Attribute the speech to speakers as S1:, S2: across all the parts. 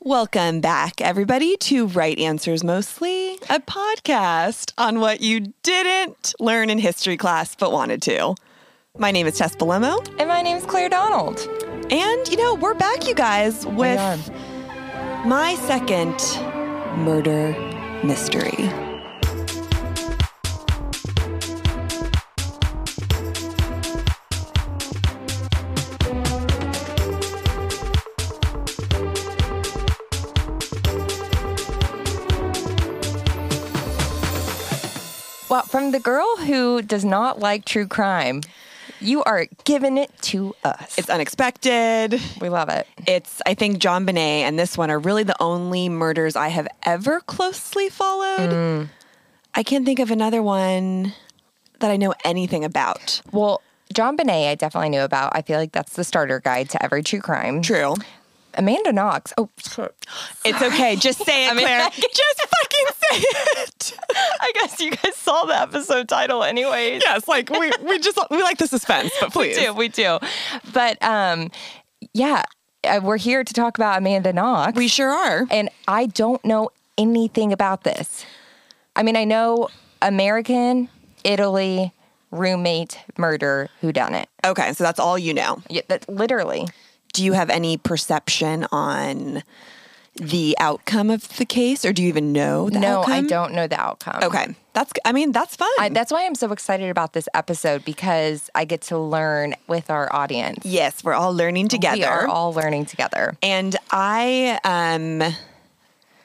S1: Welcome back, everybody, to Right Answers Mostly, a podcast on what you didn't learn in history class but wanted to. My name is Tess Belemo,
S2: And my name's Claire Donald.
S1: and you know, we're back, you guys, with my second murder mystery.
S2: Well, from the girl who does not like true crime, you are giving it to us.
S1: It's unexpected.
S2: we love it.
S1: It's, I think, John Bonet and this one are really the only murders I have ever closely followed. I can't think of another one that I know anything about.
S2: Well, John Bonet, I definitely knew about. I feel like that's the starter guide to every true crime.
S1: True.
S2: Amanda Knox. Oh,
S1: It's okay. Just say it,
S2: mean,
S1: Claire.
S2: I can-
S1: Just fucking say it.
S2: I guess you guys saw the episode title, anyways.
S1: yes, like we we just we like the suspense, but please.
S2: We do, we do. But um, yeah, uh, we're here to talk about Amanda Knox.
S1: We sure are.
S2: and I don't know anything about this. I mean, I know American, Italy, roommate, murder, who done it.
S1: Okay, so that's all you know.
S2: Yeah, that literally.
S1: Do you have any perception on the outcome of the case or do you even know the
S2: no,
S1: outcome?
S2: I don't know the outcome.
S1: Okay. That's I mean, that's fun.
S2: I, that's why I'm so excited about this episode because I get to learn with our audience.
S1: yes, we're all learning together.
S2: We are all learning together.
S1: And I, um,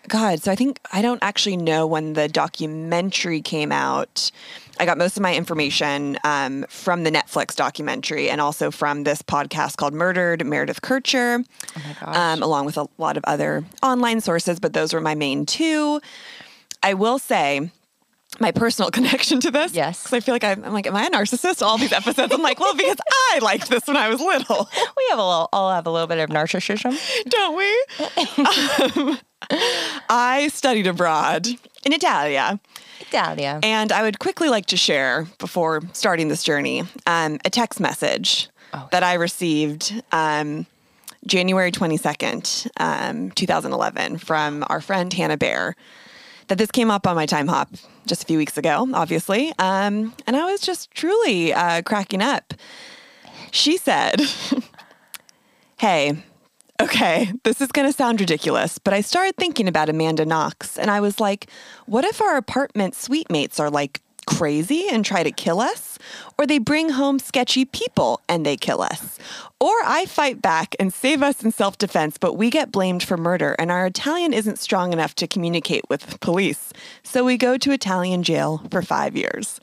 S1: God, so I think I don't actually know when the documentary came out. I got most of my information um, from the Netflix documentary and also from this podcast called Murdered Meredith Kircher,
S2: Oh
S1: um, along with a lot of other online sources, but those were my main two. I will say, my personal connection to this.
S2: Yes.
S1: Because I feel like I'm, I'm like, am I a narcissist? All these episodes. I'm like, well, because I liked this when I was little.
S2: We have a little, all have a little bit of narcissism.
S1: don't we? Um, I studied abroad in Italia,
S2: Dahlia.
S1: and I would quickly like to share before starting this journey um, a text message that I received um, January 22nd, um, 2011, from our friend Hannah Bear. That this came up on my time hop just a few weeks ago, obviously. Um, and I was just truly uh, cracking up. She said, Hey, okay, this is going to sound ridiculous, but I started thinking about Amanda Knox and I was like, what if our apartment suite mates are like crazy and try to kill us? Or they bring home sketchy people and they kill us? Or I fight back and save us in self defense, but we get blamed for murder and our Italian isn't strong enough to communicate with police. So we go to Italian jail for five years.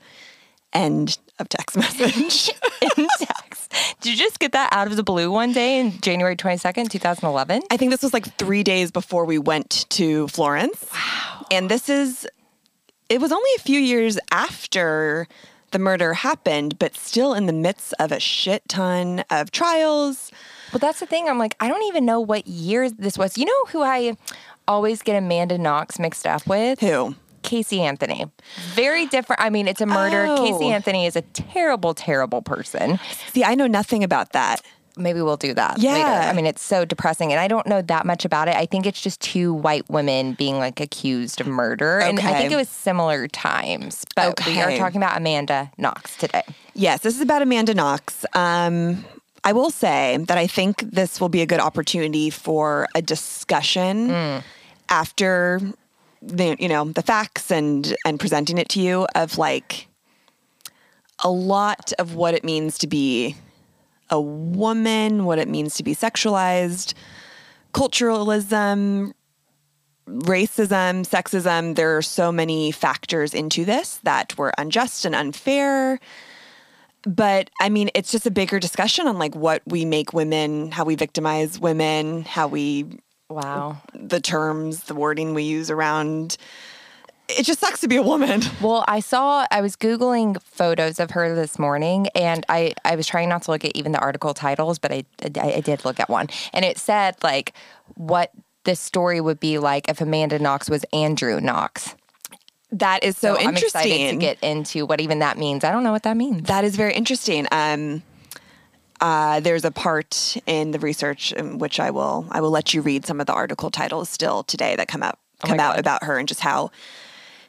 S1: End of text message.
S2: in text. Did you just get that out of the blue one day in January 22nd, 2011?
S1: I think this was like three days before we went to Florence. Wow. And this is, it was only a few years after the murder happened, but still in the midst of a shit ton of trials.
S2: Well, that's the thing. I'm like, I don't even know what year this was. You know who I always get Amanda Knox mixed up with?
S1: Who?
S2: Casey Anthony. Very different. I mean, it's a murder.
S1: Oh.
S2: Casey Anthony is a terrible, terrible person.
S1: See, I know nothing about that.
S2: Maybe we'll do that later.
S1: Yeah.
S2: I mean, it's so depressing. And I don't know that much about it. I think it's just two white women being like accused of murder. And I
S1: Okay.
S2: think it was similar times. But we are
S1: Okay.
S2: talking about Amanda Knox today.
S1: Yes, this is about Amanda Knox. Um, I will say that I think this will be a good opportunity for a discussion after the you know the facts and and presenting it to you of like a lot of what it means to be a woman, what it means to be sexualized, culturalism, racism, sexism. There are so many factors into this that were unjust and unfair but I mean, it's just a bigger discussion on like what we make women, how we victimize women, how we,
S2: Wow.
S1: the terms, the wording we use around. It just sucks to be a woman.
S2: Well, I saw I was googling photos of her this morning, and I I was trying not to look at even the article titles, but I I, I did look at one, and it said like what this story would be like if Amanda Knox was Andrew Knox.
S1: That is so,
S2: I'm
S1: interesting.
S2: excited to get into what even that means. I don't know what that means.
S1: That is very interesting. Um, uh, there's a part in the research in which I will I will let you read some of the article titles still today that come out
S2: Oh my
S1: come out
S2: God.
S1: about her and just how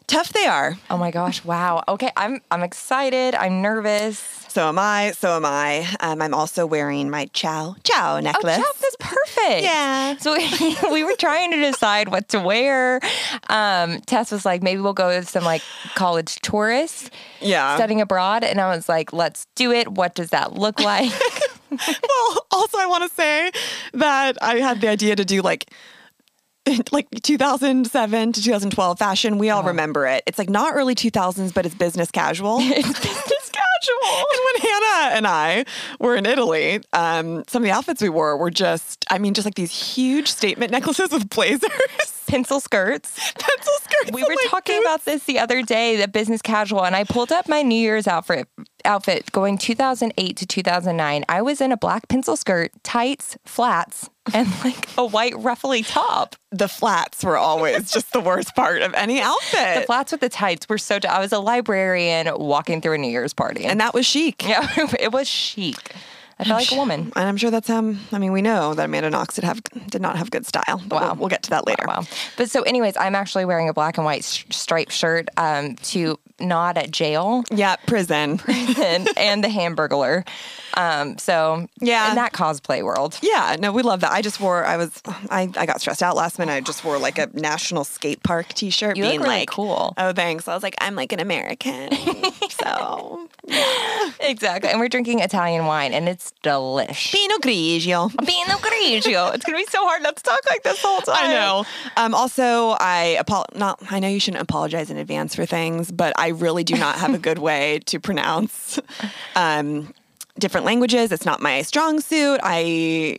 S1: tough they are.
S2: Oh my gosh! Wow. Okay, I'm I'm excited. I'm nervous.
S1: So am I. So am I. Um, I'm also wearing my Chow Chow
S2: Oh,
S1: necklace.
S2: Jeff, that's perfect.
S1: Yeah.
S2: So we, we were trying to decide what to wear. Um, Tess was like, maybe we'll go with some like college tourists
S1: Yeah.
S2: studying abroad, and I was like, let's do it. What does that look like?
S1: well, also I want to say that I had the idea to do like like 2007 to 2012 fashion. We
S2: Uh-huh.
S1: all remember it. It's like not early 2000s, but it's business casual. it's business casual. And when Hannah and I were in Italy, um, some of the outfits we wore were just, I mean, just like these huge statement necklaces with blazers,
S2: Pencil skirts.
S1: pencil skirts.
S2: We
S1: and,
S2: were
S1: like,
S2: talking about this the other day, the business casual, and I pulled up my New Year's outfit outfit going 2008 to 2009. I was in a black pencil skirt, tights, flats, and like a white ruffly top.
S1: the flats were always just the worst part of any outfit.
S2: The flats with the tights were so. I was a librarian walking through a New Year's party,
S1: and
S2: and
S1: that was chic.
S2: yeah, it was chic. I felt like a woman.
S1: And I'm sure that's um. I mean, we know that Amanda Knox did have did not have good style. But we'll, we'll get to that later.
S2: Wow. But so, anyways, I'm actually wearing a black and white sh- striped shirt um, to nod at jail
S1: Yeah, prison.
S2: and, and the Hamburglar. Um, so,
S1: Yeah.
S2: in that cosplay world.
S1: yeah, no, we love that. I just wore. I was. I, I got stressed out last minute. I just wore like a national skate park T-shirt.
S2: You look
S1: being
S2: really
S1: like,
S2: cool.
S1: Oh, thanks. I was like, I'm like an American. so
S2: Exactly. And we're drinking Italian wine, and it's delish.
S1: Pinot Grigio.
S2: Pinot Grigio. It's gonna be so hard not to talk like this the whole time.
S1: I know. Um, also, I apo- not. I know you shouldn't apologize in advance for things, but I really do not have a good way to pronounce um, different languages. It's not my strong suit. I,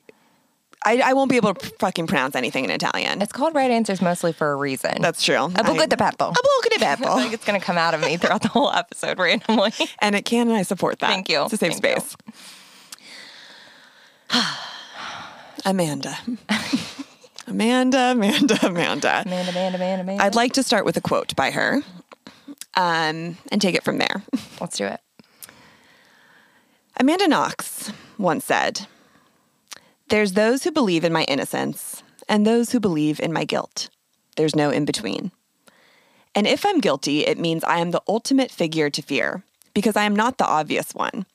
S1: I, I won't be able to fucking pronounce anything in Italian.
S2: It's called right answers mostly for a reason.
S1: That's true.
S2: A book
S1: I-
S2: with the peppo.
S1: A book with the
S2: I feel like
S1: peppo.
S2: it's gonna come out of me throughout the whole episode randomly.
S1: And it can, and I support that.
S2: Thank you.
S1: It's a safe
S2: Thank you.
S1: space. Amanda. Amanda, Amanda, Amanda.
S2: Amanda, Amanda, Amanda, Amanda.
S1: I'd like to start with a quote by her um, and take it from there.
S2: Let's do it.
S1: Amanda Knox once said, There's those who believe in my innocence and those who believe in my guilt. There's no in between. And if I'm guilty, it means I am the ultimate figure to fear because I am not the obvious one.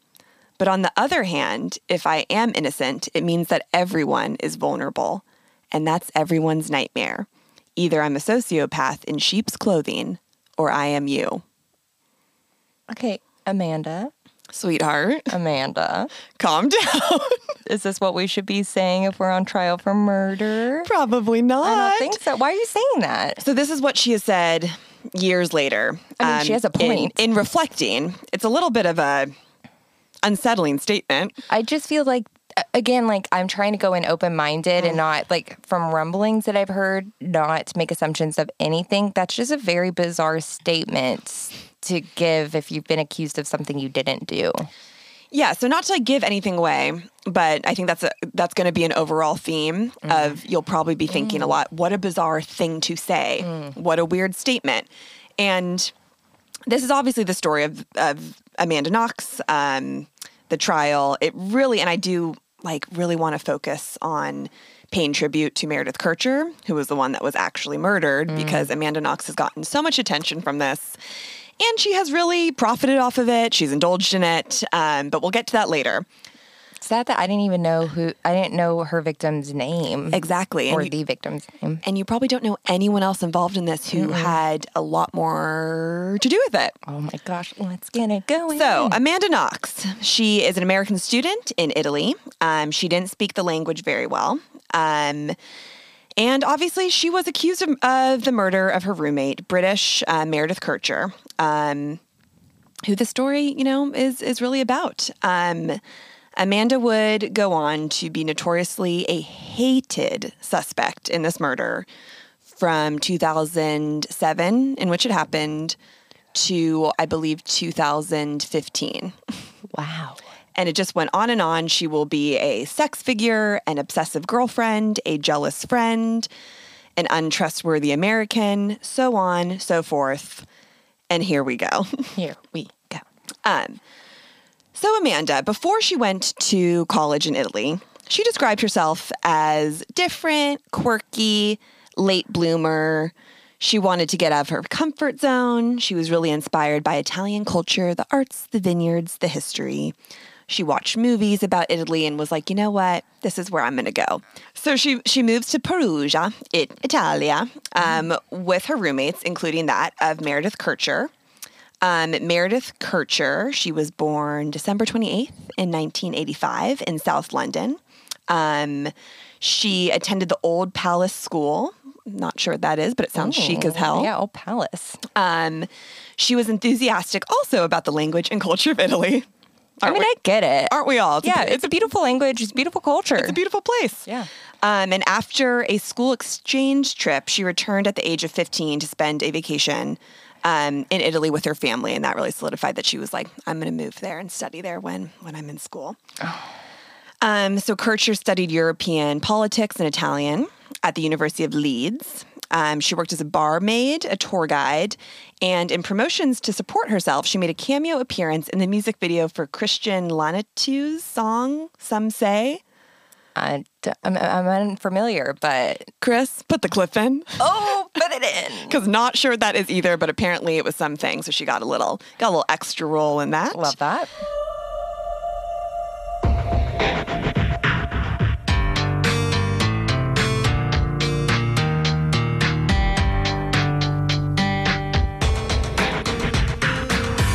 S1: But on the other hand, if I am innocent, it means that everyone is vulnerable. And that's everyone's nightmare. Either I'm a sociopath in sheep's clothing or I am you.
S2: Okay, Amanda.
S1: Sweetheart,
S2: Amanda.
S1: calm down.
S2: Is this what we should be saying if we're on trial for murder?
S1: Probably not.
S2: I don't think so. Why are you saying that?
S1: So this is what she has said years later. Um,
S2: I mean, she has a
S1: in-
S2: point.
S1: In, reflecting, it's a little bit of a unsettling statement.
S2: I just feel like a- again, like I'm trying to go in open minded and not like from rumblings that I've heard, not make assumptions of anything. That's just a very bizarre statement to give if you've been accused of something you didn't do.
S1: Yeah. So not to like give anything away, but I think that's a, that's going to be an overall theme
S2: Mm.
S1: of you'll probably be thinking a lot. What a bizarre thing to say.
S2: Mm.
S1: What a weird statement. And this is obviously the story of of Amanda Knox, um, the trial. It really, and I do like really want to focus on paying tribute to Meredith Kircher, who was the one that was actually murdered,
S2: Mm.
S1: because Amanda Knox has gotten so much attention from this, and she has really profited off of it. She's indulged in it, um, but we'll get to that later.
S2: It's sad that I didn't even know who, I didn't know her victim's name
S1: Exactly,
S2: or
S1: and you,
S2: the victim's name.
S1: and you probably don't know anyone else involved in this who had a lot more to do with it.
S2: Oh my gosh, let's get it going.
S1: So, Amanda Knox, she is an American student in Italy. Um, she didn't speak the language very well. Um, and obviously, she was accused of, of the murder of her roommate, British uh, Meredith Kircher, um, who the story, you know, is, is really about. Um, Amanda would go on to be notoriously a hated suspect in this murder from 2007, in which it happened, to I believe 2015.
S2: wow.
S1: And it just went on and on. She will be a sex figure, an obsessive girlfriend, a jealous friend, an untrustworthy American, so on, so forth. And here we go.
S2: Here we go.
S1: Um, So, Amanda, before she went to college in Italy, she described herself as different, quirky, late bloomer. She wanted to get out of her comfort zone. She was really inspired by Italian culture, the arts, the vineyards, the history. She watched movies about Italy and was like, you know what? This is where I'm going to go. So she, she moves to Perugia, it, Italia, um, with her roommates, including that of Meredith Kircher. Um, Meredith Kircher, she was born December 28th in 1985 in South London. Um, she attended the Old Palace School. Not sure what that is, but it sounds chic as hell.
S2: Oh, Yeah, old palace.
S1: Um, she was enthusiastic also about the language and culture of Italy.
S2: I mean, I get it.
S1: Aren't we all? It's a-
S2: yeah,
S1: it's
S2: it's a beautiful language. It's beautiful culture.
S1: it's a beautiful place.
S2: Yeah.
S1: Um, and after a school exchange trip, she returned at the age of 15 to spend a vacation um, in Italy with her family. And that really solidified that she was like, I'm going to move there and study there when, when I'm in school.
S2: Oh.
S1: Um, so Kircher studied European politics and Italian at the University of Leeds. Um, she worked as a barmaid, a tour guide, and in promotions to support herself, she made a cameo appearance in the music video for Christian Lanatu's song, Some Say.
S2: I, am I'm unfamiliar, but
S1: Chris, put the cliff in.
S2: oh, put it in.
S1: Because not sure what that is either, but apparently it was something. So she got a little got a little extra role in that.
S2: Love that.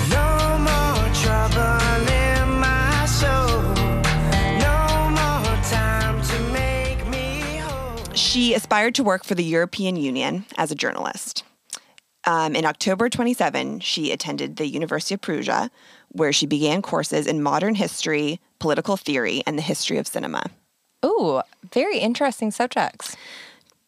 S3: No more trouble in my soul. No more time to make me whole.
S1: She aspired to work for the European Union as a journalist. Um, in October 27, she attended the University of Perugia, where she began courses in modern history, political theory, and the history of cinema.
S2: Ooh, very interesting subjects.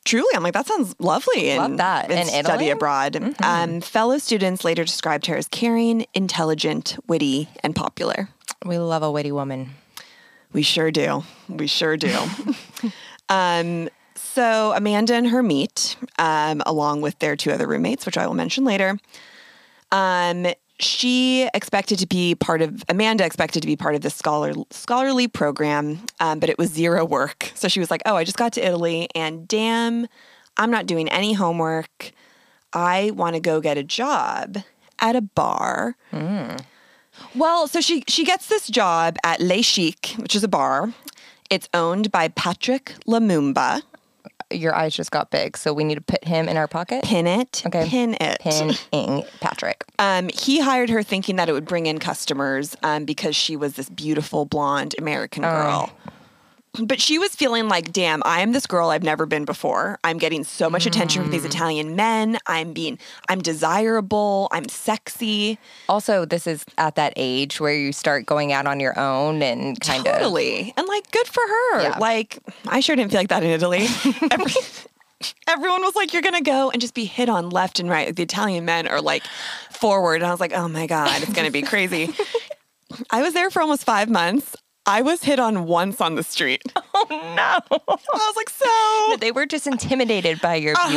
S1: Truly, I'm like, that sounds lovely. And,
S2: Love that.
S1: And
S2: In
S1: study
S2: Italy? Mm-hmm.
S1: abroad. Um, fellow students later described her as caring, intelligent, witty, and popular.
S2: We love a witty woman.
S1: We sure do. We sure do. um, so Amanda and her meet, um, along with their two other roommates, which I will mention later. Um, she expected to be part of Amanda expected to be part of this scholar scholarly program, um, but it was zero work. So she was like, "Oh, I just got to Italy, and damn, I'm not doing any homework. I want to go get a job at a bar." Well, so she she gets this job at Le Chic, which is a bar. It's owned by Patrick Lumumba.
S2: Your eyes just got big, so we need to put him in our pocket.
S1: Pin it.
S2: Okay.
S1: Pin it.
S2: Pinning Patrick.
S1: Um, he hired her thinking that it would bring in customers um, because she was this beautiful blonde American girl. But she was feeling like, damn, I am this girl I've never been before. I'm getting so much attention from these Italian men. I'm being, I'm desirable. I'm sexy.
S2: Also, this is at that age where you start going out on your own and kind of
S1: Totally. And like, good for her.
S2: Yeah.
S1: Like, I sure didn't feel like that in Italy. Every, everyone was like, you're going to go and just be hit on left and right. Like, the Italian men are like forward. And I was like, oh my God, it's going to be crazy. I was there for almost five months. I was hit on once on the street.
S2: Oh, no.
S1: I was like, so.
S2: They were just intimidated by your
S1: Uh-huh.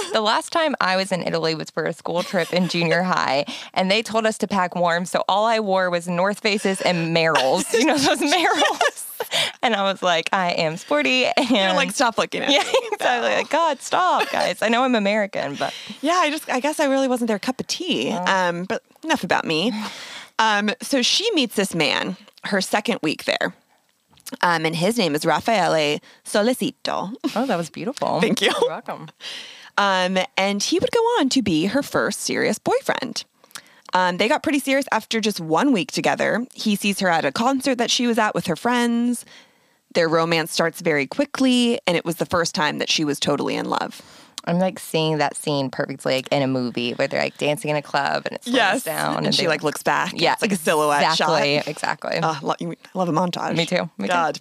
S2: beauty. The last time I was in Italy was for a school trip in junior high, and they told us to pack warm. So all I wore was North Faces and Merrells. You know those Merrells? And I was like, I am sporty. And
S1: You're like, stop looking at
S2: yeah,
S1: me.
S2: exactly. Like, God, stop, guys. I know I'm American, but
S1: Yeah, I just I guess I really wasn't their cup of tea.
S2: Oh.
S1: Um, but enough about me. Um, so she meets this man her second week there. Um, and his name is Raffaele Solicito.
S2: oh, that was beautiful.
S1: Thank you.
S2: You're welcome.
S1: Um, and he would go on to be her first serious boyfriend. Um, they got pretty serious after just one week together. He sees her at a concert that she was at with her friends. Their romance starts very quickly, and it was the first time that she was totally in love.
S2: I'm like seeing that scene perfectly, like in a movie where they're like dancing in a club and it slows down,
S1: and, she
S2: they-
S1: like looks back.
S2: yeah,
S1: it's like a silhouette
S2: exactly,
S1: shot.
S2: Exactly.
S1: Ah, lo- you- I love a montage.
S2: Me too, me too.
S1: God.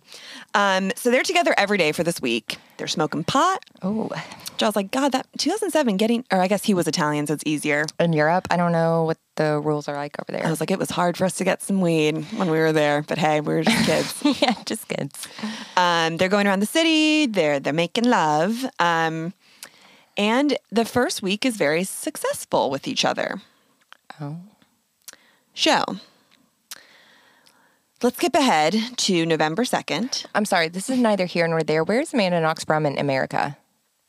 S1: Um, so they're together every day for this week. They're smoking pot.
S2: oh.
S1: Which I was like, God, that 2007 getting, or I guess he was Italian, so it's easier.
S2: in Europe. I don't know what the rules are like over
S1: I
S2: there.
S1: was like, it was hard for us to get some weed when we were there, but hey, we were just kids.
S2: yeah, just kids.
S1: um, they're going around the city. They're they're making love. Um, and the first week is very successful with each other.
S2: Oh.
S1: Show. Let's skip ahead to November 2nd,
S2: I'm sorry, this is neither here nor there. Where's Amanda Knox from in America?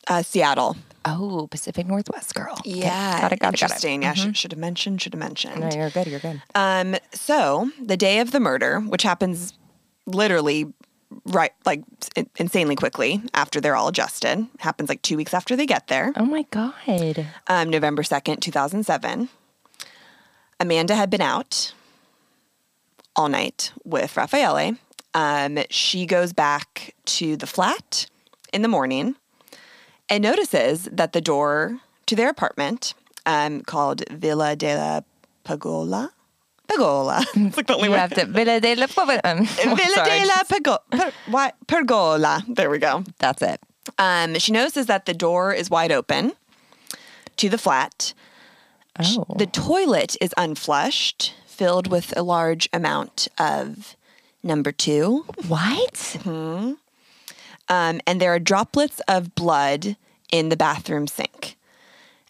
S1: uh, Seattle.
S2: Oh, Pacific Northwest girl. Okay,
S1: Yeah.
S2: got it, got it, Mm-hmm. got it.
S1: Interesting. I should, should have mentioned, should have mentioned.
S2: No, you're good. You're good.
S1: Um, so the day of the murder, which happens literally right, like in- insanely quickly after they're all adjusted, happens like two weeks after they get there,
S2: Oh my god.
S1: um, November 2nd, 2007. Amanda had been out all night with Raffaele. Um, she goes back to the flat in the morning and notices that the door to their apartment, um, called Villa della Pagola, Pagola. it's like the only
S2: You
S1: way.
S2: have to. Villa de la Pova- um,
S1: Villa
S2: sorry.
S1: della Pagola. Per, why- Pergola. There we go.
S2: That's it.
S1: Um, she notices that the door is wide open to the flat. Sh-
S2: Oh.
S1: The toilet is unflushed, filled with a large amount of number two.
S2: What?
S1: Um, and there are droplets of blood in the bathroom sink.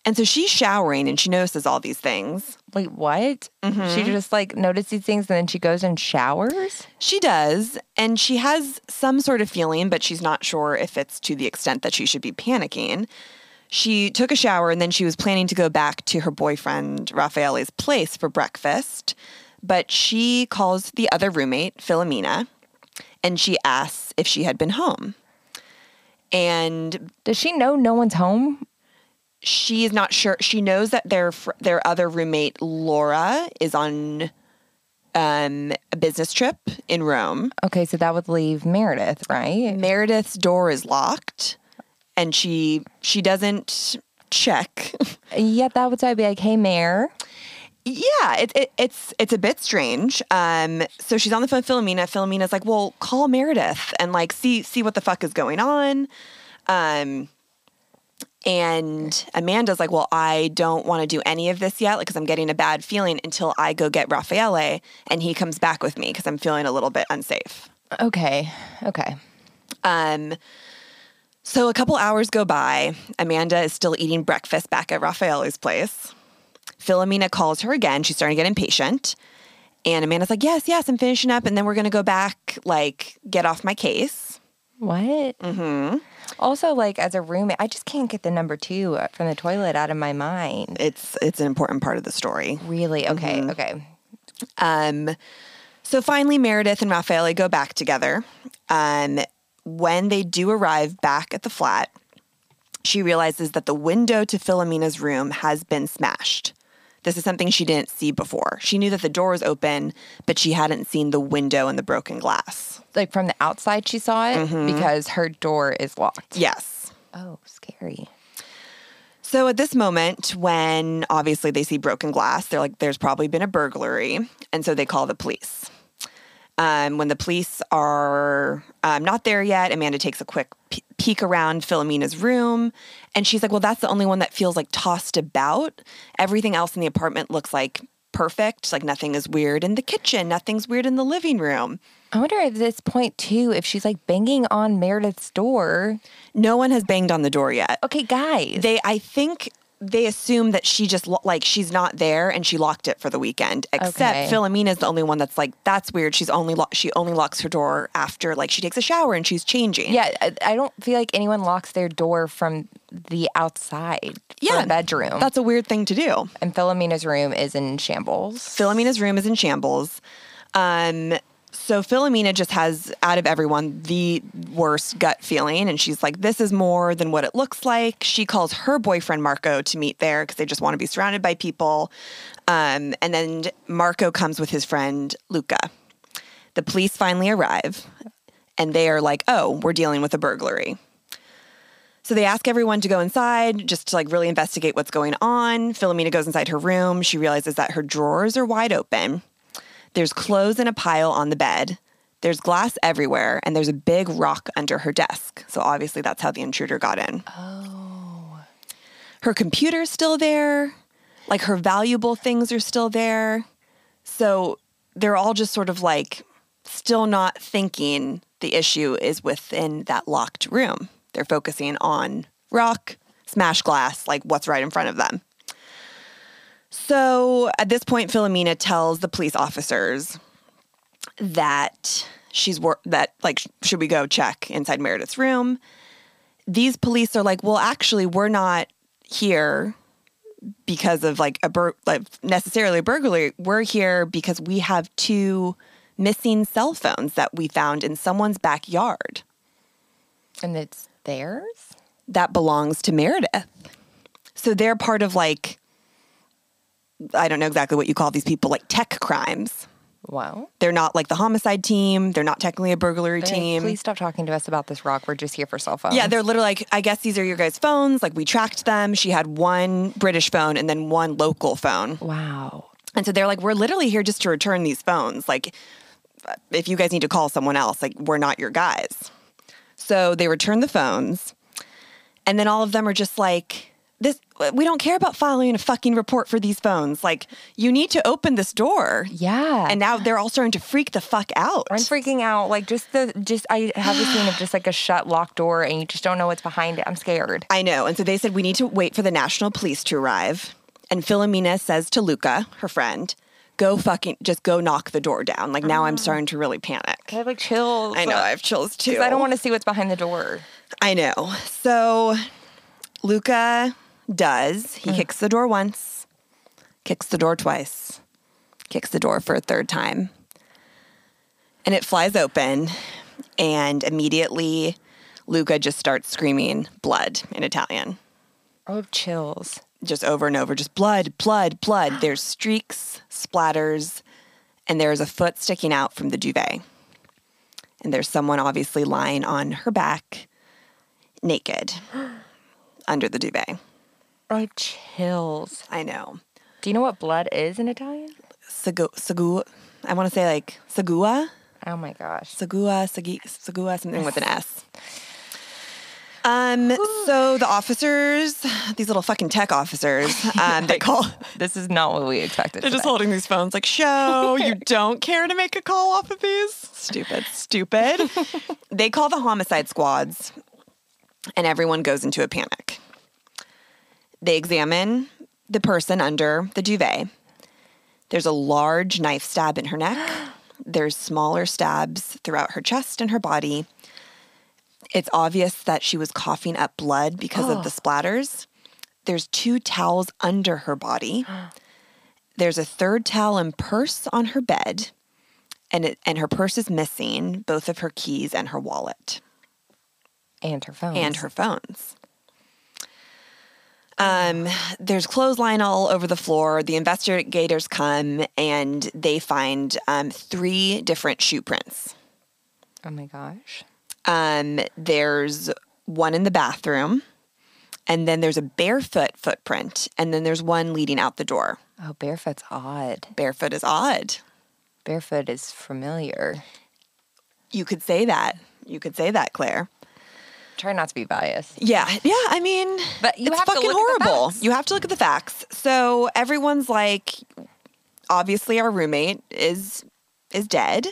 S1: And so she's showering and she notices all these things.
S2: Wait, what? She just like noticed these things and then she goes and showers?
S1: She does, and she has some sort of feeling, but she's not sure if it's to the extent that she should be panicking. She took a shower and then she was planning to go back to her boyfriend Raffaele's place for breakfast, but she calls the other roommate, Philomena, and she asks if she had been home. And
S2: Does she know no one's home?
S1: she is not sure. She knows that their fr- their other roommate Laura is on um, a business trip in Rome.
S2: Okay, so that would leave Meredith, right?
S1: Meredith's door is locked and she she doesn't check.
S2: Yeah, that would so I'd be like, hey, Mare.
S1: yeah, it, it, it's it's a bit strange. Um, so she's on the phone with Philomena. Philomena's like, "Well, call Meredith and like see see what the fuck is going on." Um and Amanda's like, "Well, I don't want to do any of this yet like cuz I'm getting a bad feeling until I go get Raffaele and he comes back with me cuz I'm feeling a little bit unsafe."
S2: Okay, okay.
S1: Um, so a couple hours go by. Amanda is still eating breakfast back at Raffaele's place. Philomena calls her again. She's starting to get impatient. And Amanda's like, Yes, yes, I'm finishing up. And then we're going to go back, like, get off my case.
S2: What? Mm-hmm. Also, like as a roommate, I just can't get the number two uh, from the toilet out of my mind.
S1: It's, it's an important part of the story.
S2: Really? Okay, okay.
S1: Um, so finally, Meredith and Raffaele go back together. Um, when they do arrive back at the flat, she realizes that the window to Philomena's room has been smashed. This is something she didn't see before. She knew that the door was open, but she hadn't seen the window and the broken glass.
S2: Like from the outside, she saw it because her door is locked.
S1: Yes.
S2: Mm-hmm. Oh, scary.
S1: So at this moment, when obviously they see broken glass, they're like, there's probably been a burglary. And so they call the police. Um, when the police are um, not there yet, Amanda takes a quick pe- peek around Philomena's room. And she's like, well, that's the only one that feels like tossed about. Everything else in the apartment looks like perfect. Like nothing is weird in the kitchen, nothing's weird in the living room.
S2: I wonder at this point too if she's like banging on Meredith's door.
S1: No one has banged on the door yet.
S2: Okay, guys.
S1: they i think they assume that she just lo- like she's not there and she locked it for the weekend except
S2: Okay.
S1: philomena's the only one that's like that's weird she's only lo- she only locks her door after like she takes a shower and she's changing
S2: yeah, I, I don't feel like anyone locks their door from the outside.
S1: Yeah,
S2: Yeah, bedroom.
S1: that's a weird thing to do
S2: and Philomena's room is in shambles.
S1: philomena's room is in shambles um so philomena just has out of everyone the worst gut feeling and she's like this is more than what it looks like she calls her boyfriend marco to meet there because they just want to be surrounded by people um, and then marco comes with his friend luca the police finally arrive and they are like oh we're dealing with a burglary so they ask everyone to go inside just to like really investigate what's going on. Philomena goes inside her room. She realizes that her drawers are wide open. There's clothes in a pile on the bed. There's glass everywhere, and there's a big rock under her desk. So obviously that's how the intruder got in. Oh. Her computer's still there. Like her valuable things are still there. So they're all just sort of like still not thinking the issue is within that locked room. They're focusing on rock, smash glass, like what's right in front of them. So at this point, Philomena tells the police officers that she's wor- that like sh- should we go check inside Meredith's room? These police are like, well, actually, we're not here because of like a bur- like necessarily a burglary. We're here because we have two missing cell phones that we found in someone's backyard
S2: And it's theirs?
S1: that belongs to Meredith. So they're part of like I don't know exactly what you call these people like tech crimes.
S2: Wow.
S1: They're not like the homicide team. They're not technically a burglary
S2: They're like,
S1: team.
S2: Please stop talking to us about this rock. We're just here for cell phones.
S1: Yeah, they're literally like, I guess these are your guys' phones. Like, we tracked them. She had one British phone and then one local phone.
S2: Wow.
S1: And so they're like, we're literally here just to return these phones. Like, if you guys need to call someone else, like, we're not your guys. So they return the phones. And then all of them are just like, this, we don't care about filing a fucking report for these phones. Like, you need to open this door.
S2: Yeah.
S1: And now they're all starting to freak the fuck out.
S2: I'm freaking out. Like just the just I have the scene of just like a shut locked door and you just don't know what's behind it. I'm scared.
S1: I know. And so they said, we need to wait for the national police to arrive. And Philomena says to Luca, her friend, go fucking, just go knock the door down. Like now I'm starting to really panic.
S2: I have like chills.
S1: I know. I have chills too.
S2: Because I don't want to see what's behind the door.
S1: I know. So Luca does.
S2: Mm.
S1: He kicks the door once, kicks the door twice, kicks the door for a third time. And it flies open. And immediately Luca just starts screaming blood in Italian.
S2: Oh, chills.
S1: just over and over, just blood, blood, blood. There's streaks, splatters, and there's a foot sticking out from the duvet. And there's someone obviously lying on her back, naked, under the duvet.
S2: Oh, chills.
S1: I know.
S2: Do you know what blood is in Italian?
S1: Sagu, sagu, I want to say like sagua,
S2: Oh my gosh.
S1: sagua, sagi, sagua, something with an S. Um, so the officers, these little fucking tech officers, um, they call
S2: This is not what we expected.
S1: They're just
S2: today.
S1: holding these phones like, show, you don't care to make a call off of these? Stupid, stupid. they call the homicide squads, and everyone goes into a panic. They examine the person under the duvet. There's a large knife stab in her neck. There's smaller stabs throughout her chest and her body. It's obvious that she was coughing up blood because of the splatters. There's two towels under her body. There's a third towel and purse on her bed, and it, and her purse is missing, both of her keys and her wallet
S2: and her phone.
S1: and her phones. Um, there's clothesline all over the floor. The investigators come and they find um, three different shoe prints.
S2: Oh my gosh.
S1: Um, there's one in the bathroom, and then there's a barefoot footprint, and then there's one leading out the door.
S2: Oh, barefoot's odd.
S1: Barefoot is odd.
S2: Barefoot is familiar.
S1: You could say that. You could say that, Claire.
S2: Try not to be biased.
S1: Yeah, yeah. I mean,
S2: But you
S1: it's
S2: have to
S1: fucking
S2: look at the
S1: horrible.
S2: facts.
S1: You have to look at the facts. So everyone's like, obviously, our roommate is is dead.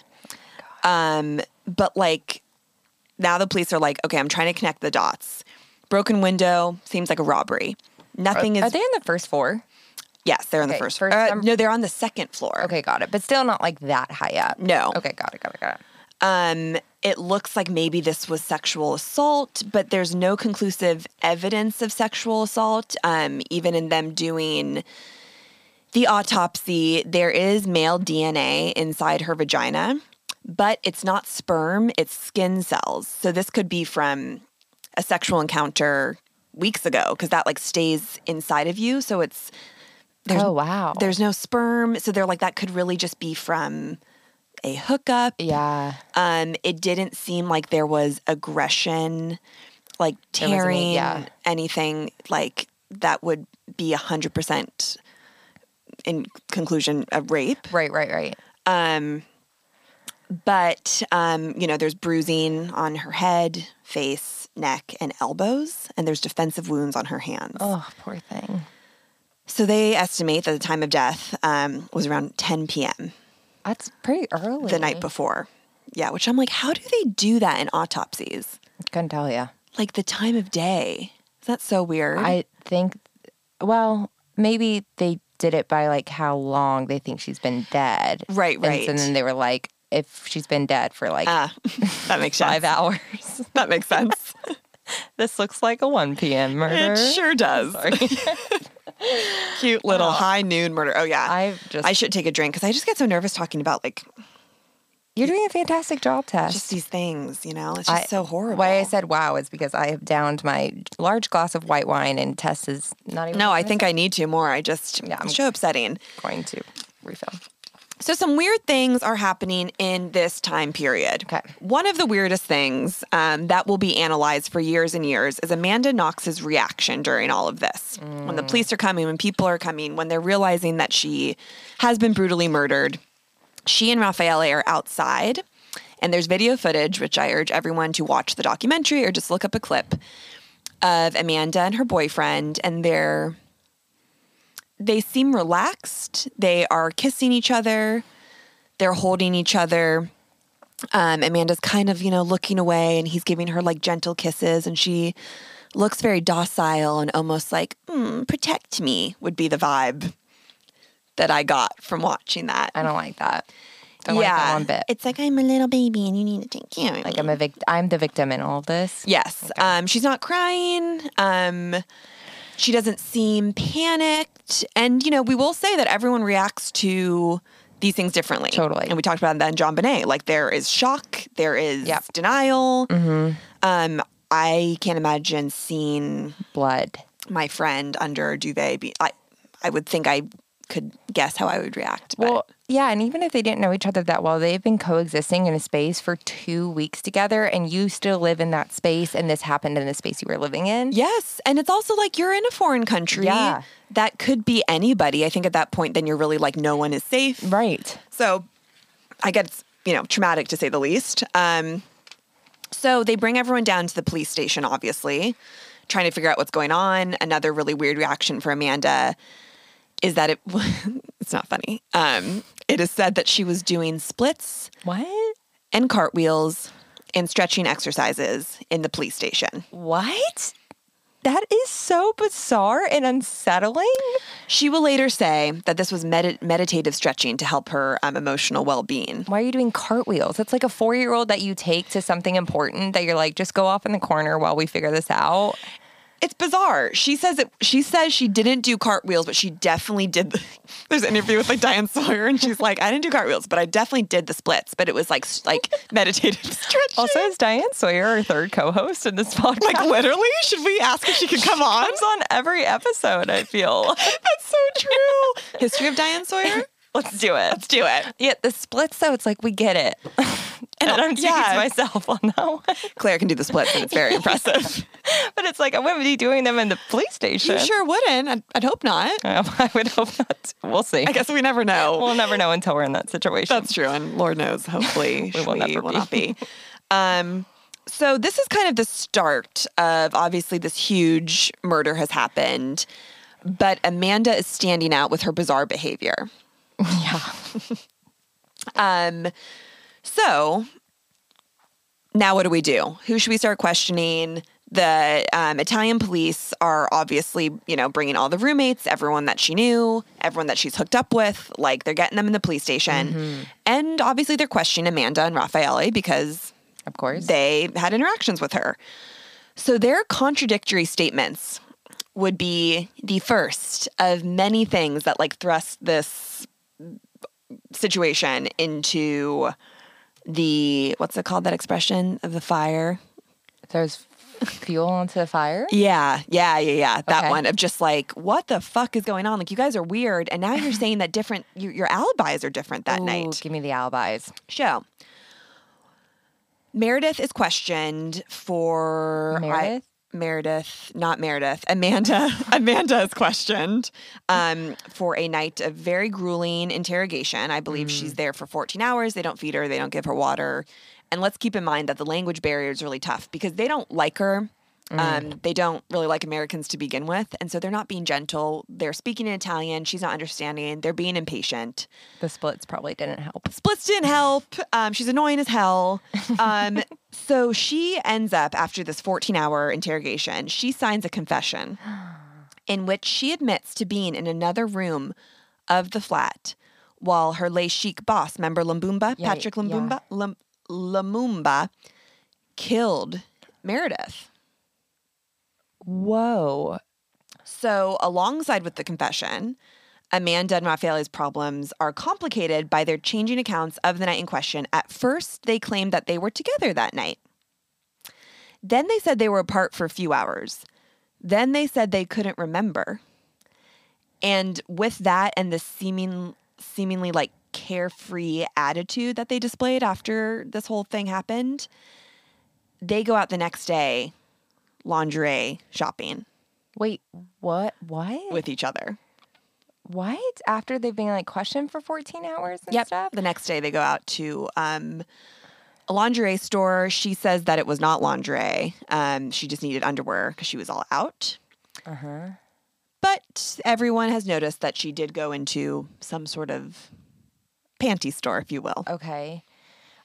S1: Um, but like, now the police are like, okay, I'm trying to connect the dots. Broken window seems like a robbery. Nothing is.
S2: Are they on the first floor?
S1: yes, they're on
S2: okay,
S1: the first.
S2: first-
S1: uh,
S2: I'm-
S1: no, they're on the second floor.
S2: Okay, got it. But still not like that high up.
S1: No.
S2: Okay, got it, got it, got it.
S1: Um, it looks like maybe this was sexual assault, but there's no conclusive evidence of sexual assault. Um, even in them doing the autopsy, there is male DNA inside her vagina, but it's not sperm, it's skin cells. So this could be from a sexual encounter weeks ago because that like stays inside of you. So it's there's,
S2: Oh, wow.
S1: There's no sperm. So they're like, that could really just be from a hookup.
S2: Yeah.
S1: Um, it didn't seem like there was aggression, like
S2: There wasn't
S1: tearing,
S2: any- yeah.
S1: anything like that would be hundred percent in conclusion a rape.
S2: Right, right, right.
S1: Um, but um, you know, there's bruising on her head, face, neck, and elbows, and there's defensive wounds on her hands.
S2: Oh, poor thing.
S1: So they estimate that the time of death um, was around 10 p.m.
S2: That's pretty early.
S1: the night before. Yeah, which I'm like, how do they do that in autopsies?
S2: Couldn't tell you.
S1: like the time of day. Is that so weird?
S2: I think, well, maybe they did it by like how long they think she's been dead.
S1: Right,
S2: And so
S1: right.
S2: then they were like, if she's been dead for like
S1: Ah, that makes sense.
S2: five hours.
S1: That makes sense.
S2: this looks like a 1 p.m. murder.
S1: It sure does. Cute little high noon murder. Oh yeah.
S2: I've just-
S1: I should take a drink because I just get so nervous talking about like
S2: You're doing a fantastic job, Tess.
S1: just these things. You know, it's just
S2: I-
S1: so horrible.
S2: Why I said wow is because I have downed my large glass of white wine and Tess is not even
S1: no, I think I need to more. I just
S2: Yeah, I'm-
S1: it's so upsetting.
S2: going to refill.
S1: So some weird things are happening in this time period.
S2: Okay.
S1: One of the weirdest things um, that will be analyzed for years and years is Amanda Knox's reaction during all of this. When the police are coming, when people are coming, when they're realizing that she has been brutally murdered, she and Raffaele are outside, and there's video footage, which I urge everyone to watch the documentary or just look up a clip of Amanda and her boyfriend, and they're they seem relaxed. They are kissing each other. They're holding each other. Um, Amanda's kind of, you know, looking away and he's giving her like gentle kisses and she looks very docile and almost like, mm, protect me would be the vibe that I got from watching that.
S2: I don't like that. Don't like that one bit.
S1: It's like, I'm a little baby and you need to take care of me.
S2: like I'm a vict- I'm the victim in all of this.
S1: Yes. Um, she's not crying. Um, she doesn't seem panicked. And, you know, we will say that everyone reacts to these things differently.
S2: Totally.
S1: And we talked about that in John Bonet. Like, there is shock, there is
S2: Yep. Mm-hmm.
S1: denial. Um, I can't imagine seeing
S2: Blood.
S1: my friend under a duvet. Be- I, I would think I could guess how I would react. But
S2: Well, yeah, and even if they didn't know each other that well, they've been coexisting in a space for two weeks together, and you still live in that space, and this happened in the space you were living in.
S1: Yes. And it's also like you're in a foreign country.
S2: Yeah.
S1: That could be anybody. I think at that point, then you're really like, no one is safe.
S2: Right.
S1: So I guess it's, you know, traumatic to say the least. Um, so they bring everyone down to the police station, obviously, trying to figure out what's going on. Another really weird reaction for Amanda is that it, it's not funny. Um, it is said that she was doing splits
S2: What?
S1: and cartwheels and stretching exercises in the police station.
S2: What? That is so bizarre and unsettling.
S1: She will later say that this was medi- meditative stretching to help her um, emotional well being.
S2: Why are you doing cartwheels? It's like a four year old that you take to something important that you're like, just go off in the corner while we figure this out.
S1: It's bizarre. She says it. She says she didn't do cartwheels, but she definitely did. The, there's an interview with like Diane Sawyer, and she's like, "I didn't do cartwheels, but I definitely did the splits. But it was like s- like meditative stretching.
S2: Also, is Diane Sawyer our third co host in this podcast?
S1: like literally, should we ask if she could come on?
S2: comes on every episode, I feel.
S1: That's so true. History of Diane Sawyer.
S2: Let's do it.
S1: Let's do it.
S2: Yeah, the splits though, it's like we get it. And, I'm speaking
S1: Oh, yeah.
S2: to myself on that one.
S1: Claire can do the splits, and it's very impressive.
S2: But it's like I wouldn't be doing them in the police station.
S1: you sure wouldn't? I'd, I'd hope not.
S2: Um, I would hope not. We'll see.
S1: I guess we never know.
S2: we'll never know until we're in that situation.
S1: That's true, and Lord knows, hopefully we
S2: We will
S1: will,
S2: never be.
S1: not be. Um, so this is kind of the start of obviously this huge murder has happened, but Amanda is standing out with her bizarre behavior.
S2: yeah.
S1: Um, so now what do we do? Who should we start questioning? The um, Italian police are obviously, you know, bringing all the roommates, everyone that she knew, everyone that she's hooked up with. Like they're getting them in the police station, and obviously they're questioning Amanda and Raffaele because
S2: Of course.
S1: they had interactions with her. So their contradictory statements would be the first of many things that like thrust this situation into the what's it called that expression of the fire?
S2: There's fuel onto the fire.
S1: Yeah, yeah, yeah, yeah. That
S2: Okay.
S1: one of just like what the fuck is going on? Like you guys are weird and now you're saying that different your, your alibis are different that
S2: Ooh,
S1: night.
S2: Give me the alibis.
S1: show. Meredith is questioned for I-
S2: Meredith?
S1: Meredith, not Meredith. Amanda. Amanda is questioned um, for a night of very grueling interrogation. I believe she's there for 14 hours. They don't feed her. They don't give her water. And let's keep in mind that the language barrier is really tough because they don't like her. Um, they don't really like Americans to begin with, and so they're not being gentle. They're speaking in Italian. She's not understanding. They're being impatient
S2: The splits probably didn't help.
S1: splits didn't help. Um, she's annoying as hell. Um, so she ends up after this 14 hour interrogation, she signs a confession in which she admits to being in another room of the flat while her lay chic boss, member Lumbumba,
S2: Yeah,
S1: Patrick
S2: yeah.
S1: Lumbumba, Lum, Lumumba, killed Meredith.
S2: Whoa.
S1: So, alongside with the confession, Amanda and Rafaela's problems are complicated by their changing accounts of the night in question. At first, they claimed that they were together that night. Then they said they were apart for a few hours. Then they said they couldn't remember. And with that and the seeming seemingly like carefree attitude that they displayed after this whole thing happened, they go out the next day lingerie shopping
S2: Wait, what? What?
S1: with each other.
S2: what? After they've been like questioned for 14 hours and stuff?
S1: The next day they go out to um, a lingerie store. She says that it was not lingerie. Um, she just needed underwear because she was all out.
S2: Uh huh.
S1: But everyone has noticed that she did go into some sort of panty store, if you will.
S2: Okay.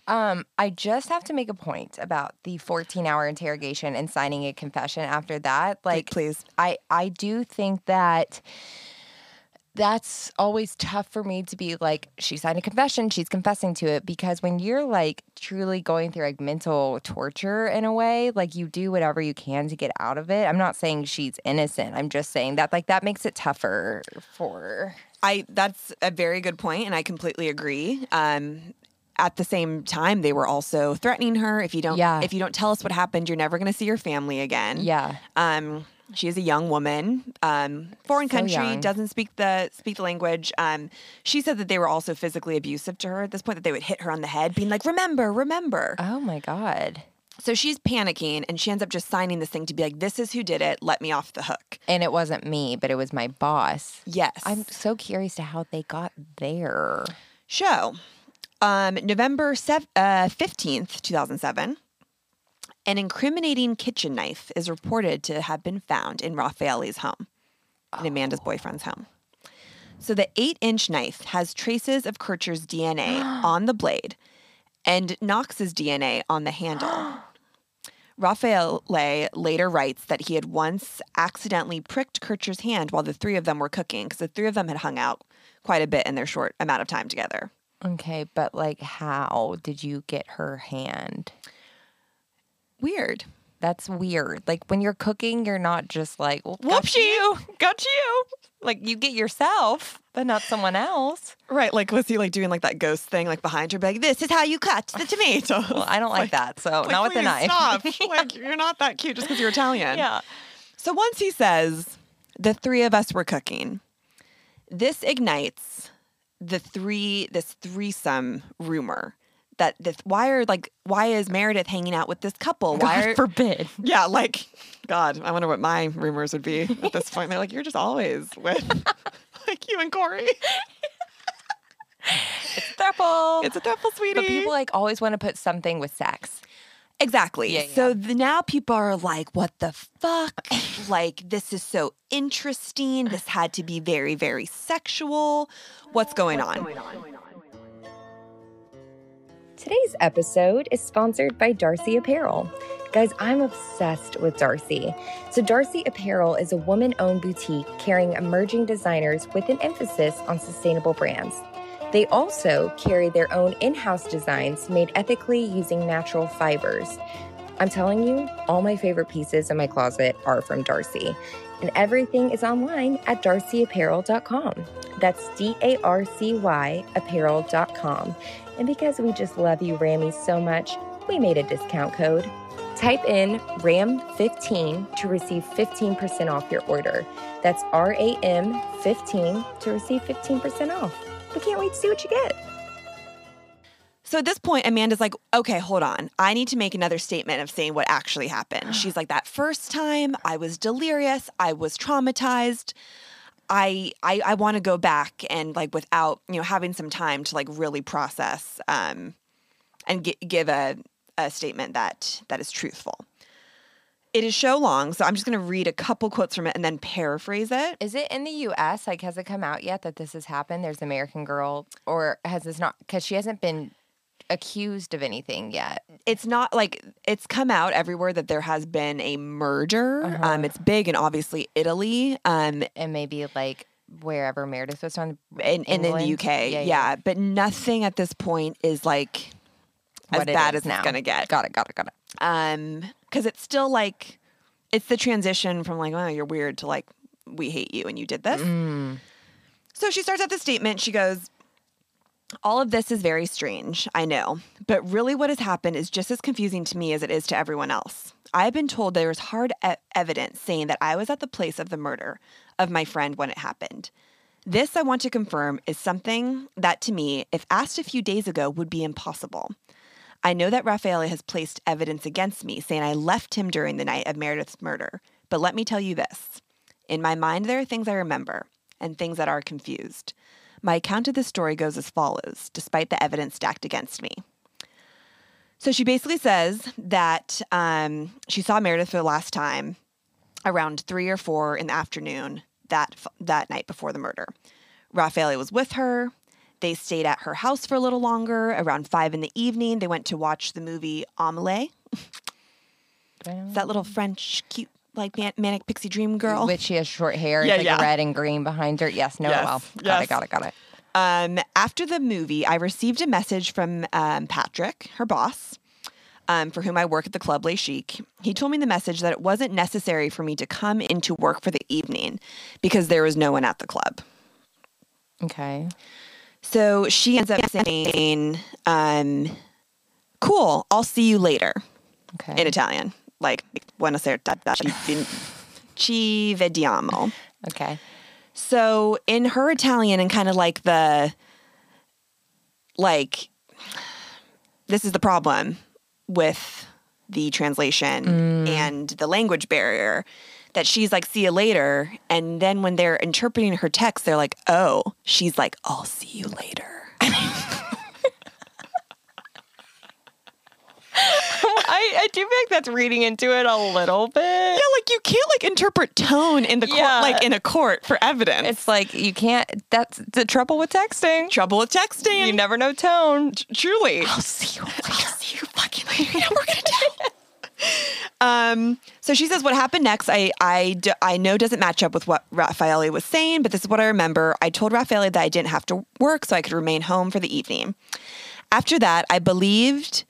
S2: Um, I just have to make a point about the 14 hour interrogation and signing a confession after that. Like,
S1: please.
S2: I, I do think that that's always tough for me to be like, she signed a confession, she's confessing to it. Because when you're like truly going through like mental torture in a way, like you do whatever you can to get out of it. I'm not saying she's innocent. I'm just saying that like that makes it tougher for.
S1: I that's a very good point, and I completely agree. Um, at the same time, they were also threatening her. If you don't,
S2: Yeah.
S1: if you don't tell us what happened, you're never going to see your family again.
S2: Yeah.
S1: Um, she is a young woman, um, foreign
S2: So
S1: country,
S2: young.
S1: doesn't speak the speak the language. Um, she said that they were also physically abusive to her at this point. That they would hit her on the head, being like, "Remember, remember."
S2: Oh my God.
S1: so she's panicking, and she ends up just signing this thing to be like, "This is who did it. Let me off the hook."
S2: And it wasn't me, but it was my boss.
S1: Yes,
S2: I'm so curious to how they got there.
S1: show. Um, November sev- uh, 15th, 2007, an incriminating kitchen knife is reported to have been found in Raffaele's home, in Amanda's boyfriend's home. So the eight inch knife has traces of Kircher's DNA on the blade and Knox's DNA on the handle. Raphael later writes that he had once accidentally pricked Kircher's hand while the three of them were cooking because the three of them had hung out quite a bit in their short amount of time together.
S2: Okay, but like, how did you get her hand?
S1: Weird.
S2: That's weird. Like, when you're cooking, you're not just like, well, got
S1: Whoops you. Got you.
S2: Like, you get yourself, but not someone else.
S1: Right. Like, was he like doing like that ghost thing like behind her, be like, this is how you cut the tomatoes?
S2: Well, I don't like, that. So,
S1: Like,
S2: not with the
S1: please
S2: knife.
S1: Stop. Like, you're not that cute just because you're Italian.
S2: Yeah.
S1: So once he says, the three of us were cooking, this ignites the three, this threesome rumor that this, why are like, why is Meredith hanging out with this couple? Why are,
S2: Oh God forbid.
S1: yeah, like, God, I wonder what my rumors would be at this point. They're like, you're just always with like you and Corey.
S2: Thruple.
S1: It's a thruple, sweetie.
S2: but people like always want to put something with sex.
S1: Exactly.
S2: Yeah,
S1: So the, now people are like, what the fuck? like, this is so interesting. This had to be very, very sexual. What's going on?
S2: Today's episode is sponsored by Darcy Apparel. Guys, I'm obsessed with Darcy. So, Darcy Apparel is a woman owned boutique carrying emerging designers with an emphasis on sustainable brands. They also carry their own in house designs made ethically using natural fibers. I'm telling you, all my favorite pieces in my closet are from Darcy. And everything is online at darcyapparel.com. That's D A R C Y apparel.com. And because we just love you, Rammies, so much, we made a discount code. Type in RAM15 to receive 15% off your order. That's R A M 15 to receive 15% off. We can't wait to see what you get.
S1: So at this point, Amanda's like, okay, hold on. I need to make another statement of saying what actually happened. She's like, that first time I was delirious, I was traumatized. I I, I want to go back and like without, you know, having some time to like really process um and gi- give a, a statement that that is truthful. It is show long, so I'm just going to read a couple quotes from it and then paraphrase it.
S2: Is it in the US? Like, has it come out yet that this has happened? There's American Girl, or has this not? Because she hasn't been accused of anything yet.
S1: it's not like it's come out everywhere that there has Uh-huh. been a murder. Um, it's big and obviously Italy. Um,
S2: And maybe like wherever Meredith was from.
S1: in, in, in the
S2: England?
S1: UK. Yeah, But nothing at this point is like as
S2: What it
S1: bad
S2: is
S1: as
S2: now.
S1: it's gonna get.
S2: Got it. Got it. Got it.
S1: Um, because it's still like it's the transition from like, oh, you're weird to like, we hate you and you did this.
S2: Mm.
S1: So she starts out the statement. She goes, All of this is very strange, I know, but really what has happened is just as confusing to me as it is to everyone else. I have been told there is hard e- evidence saying that I was at the place of the murder of my friend when it happened. This, I want to confirm, is something that to me, if asked a few days ago, would be impossible. I know that Raffaele has placed evidence against me saying I left him during the night of Meredith's murder, but let me tell you this. In my mind, there are things I remember and things that are confused. My account of the story goes as follows, despite the evidence stacked against me. So she basically says that um, she saw Meredith for the last time around three or four in the afternoon that f- that night before the murder. Raffaele was with her. They stayed at her house for a little longer. Around five in the evening, they went to watch the movie Amelie. It's that little French cute like man- manic pixie dream girl.
S2: Which she has short hair.
S1: Yeah,
S2: it's like
S1: yeah.
S2: red and green behind her. Yes, no, oh
S1: Yes,
S2: well. Got
S1: yes.
S2: it, got it, got it.
S1: Um, after the movie, I received a message from um, Patrick, her boss, um, for whom I work at the Club Les Chic. He told me in the message that it wasn't necessary for me to come into work for the evening because there was no one at the club.
S2: Okay.
S1: So she ends up saying, um, "Cool, I'll see you later"
S2: Okay.
S1: in Italian, like "Buona serta, ci vin- ci vediamo."
S2: okay.
S1: So in her Italian and kind of like the like this is the problem with the translation and the language barrier that she's like see you later and then when they're interpreting her text they're like oh she's like I'll see you later.
S2: I, I do feel like that's reading into it a little bit.
S1: Yeah, like you can't like interpret tone in the
S2: Yeah.
S1: court like in a court for evidence.
S2: It's like you can't. That's the trouble with texting.
S1: trouble with texting.
S2: You never know tone. Oh,
S1: truly.
S2: I'll see you later.
S1: I'll see you fucking later. Yeah, we're gonna do. um. So she says, "What happened next? I I d- I know doesn't match up with what Raffaele was saying, but this is what I remember. I told Raffaele that I didn't have to work, so I could remain home for the evening. After that, I believed."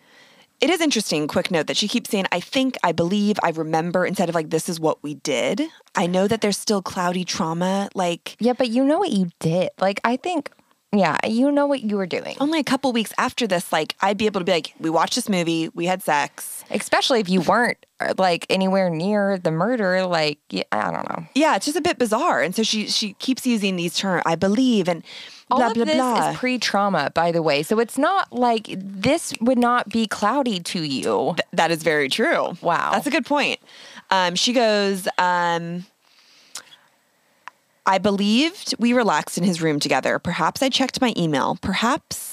S1: It is interesting, quick note that she keeps saying, I think, I believe, I remember, instead of like, this is what we did. I know that there's still cloudy trauma. Like,
S2: Yeah, but you know what you did. Like, I think, yeah, you know what you were doing.
S1: only a couple weeks after this, like, I'd be able to be like, we watched this movie, we had sex,
S2: Especially if you weren't uh, like anywhere near the murder. Like, yeah, I don't know.
S1: yeah, it's just a bit bizarre. And so she she keeps using these terms, I believe, and
S2: All
S1: blah
S2: of
S1: blah
S2: this
S1: blah.
S2: is pre-trauma, by the way. So it's not like this would not be cloudy to you.
S1: that is very true.
S2: Wow.
S1: that's a good point. Um, she goes. Um, I believed we relaxed in his room together. Perhaps I checked my email. Perhaps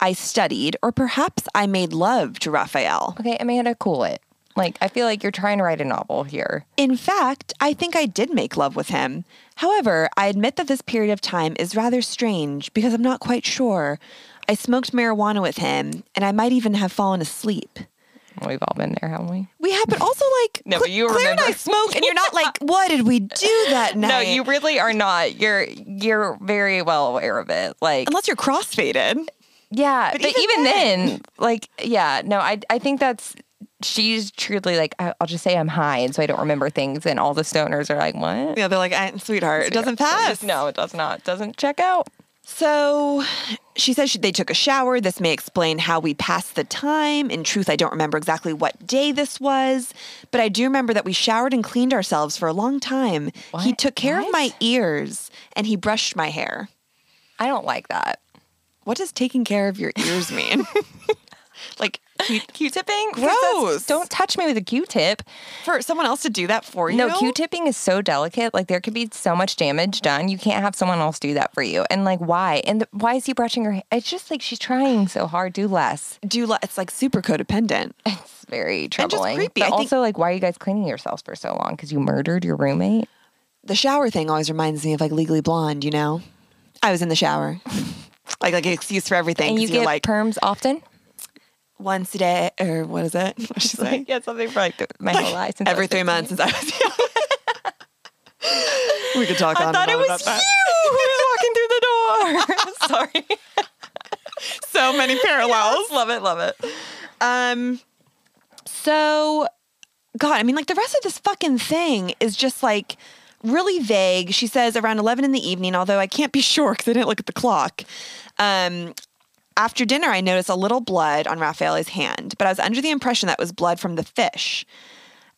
S1: I studied, or perhaps I made love to Raphael.
S2: Okay, Amanda, cool it. Like, I feel like you're trying to write a novel here.
S1: In fact, I think I did make love with him. However, I admit that this period of time is rather strange because I'm not quite sure. I smoked marijuana with him, and I might even have fallen asleep.
S2: We've all been there, haven't we?
S1: We have, but also like
S2: No,
S1: Cla-
S2: but you
S1: Claire and I
S2: remember.
S1: smoke, and you're not like, what did we do that night?
S2: No, you really are not. You're you're very well aware of it. Like
S1: Unless you're crossfaded.
S2: Yeah, but,
S1: even
S2: even, then, like, yeah, no, I I think that's she's truly like I- I'll just say I'm high, and so I don't remember things, and all the stoners are like, what?
S1: Yeah, they're like, I, sweetheart, it doesn't pass.
S2: No, it does not. Doesn't check out.
S1: So she says she, they took a shower. This may explain how we passed the time. In truth, I don't remember exactly what day this was, but I do remember that we showered and cleaned ourselves for a long time. He
S2: What?
S1: took care of
S2: What?
S1: my ears and he brushed my hair.
S2: I don't like that.
S1: What does taking care of your ears mean? like, he-
S2: Q-tipping?
S1: Gross.
S2: Don't touch me with a Q-tip.
S1: for someone else to do that for you?
S2: No, Q-tipping is so delicate. Like there could be so much damage done. You can't have someone else do that for you. And like why? And the, why is he brushing her? hair? It's just like she's trying so hard. Do less.
S1: do li- it's like super codependent.
S2: It's very troubling.
S1: creepy.
S2: But
S1: I think-
S2: also, like, why are you guys cleaning yourselves for so long? Because you murdered your roommate.
S1: The shower thing always reminds me of like Legally Blonde. You know, I was in the shower. Like, like an excuse for everything.
S2: And
S1: 'cause
S2: you
S1: you're
S2: get
S1: like,
S2: perms often.
S1: once a day, or what is it? What'd she say?
S2: yeah, something for like my whole life.
S1: Every three months since I was We could talk on
S2: I
S1: and
S2: thought it
S1: on
S2: was
S1: about that.
S2: you who was walking through the door. Sorry.
S1: So many parallels.
S2: love it, love it.
S1: Um, so, God, I mean, like the rest of this fucking thing is just like really vague. She says around 11 in the evening, although I can't be sure because I didn't look at the clock. Um, after dinner, I noticed a little blood on Raffaele's hand, but I was under the impression that was blood from the fish.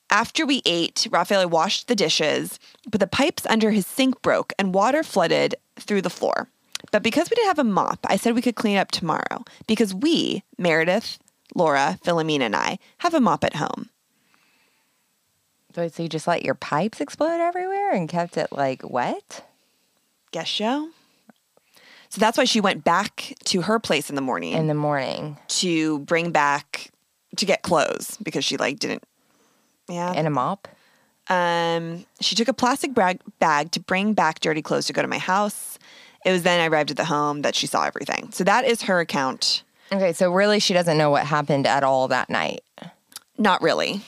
S1: After we ate, Raffaele washed the dishes, but the pipes under his sink broke and water flooded through the floor. But because we didn't have a mop, I said we could clean up tomorrow because we, Meredith, Laura, Philomena, and I, have a mop at home.
S2: Wait, so you just let your pipes explode everywhere and kept it like wet?
S1: Guess show? So that's why she went back to her place in the morning
S2: In the morning
S1: to bring back to get clothes because she like didn't. Yeah.
S2: in a mop.
S1: Um, she took a plastic bag, bag to bring back dirty clothes to go to my house. It was then I arrived at the home that she saw everything. So that is her account.
S2: Okay, so really she doesn't know what happened at all that night.
S1: Not really.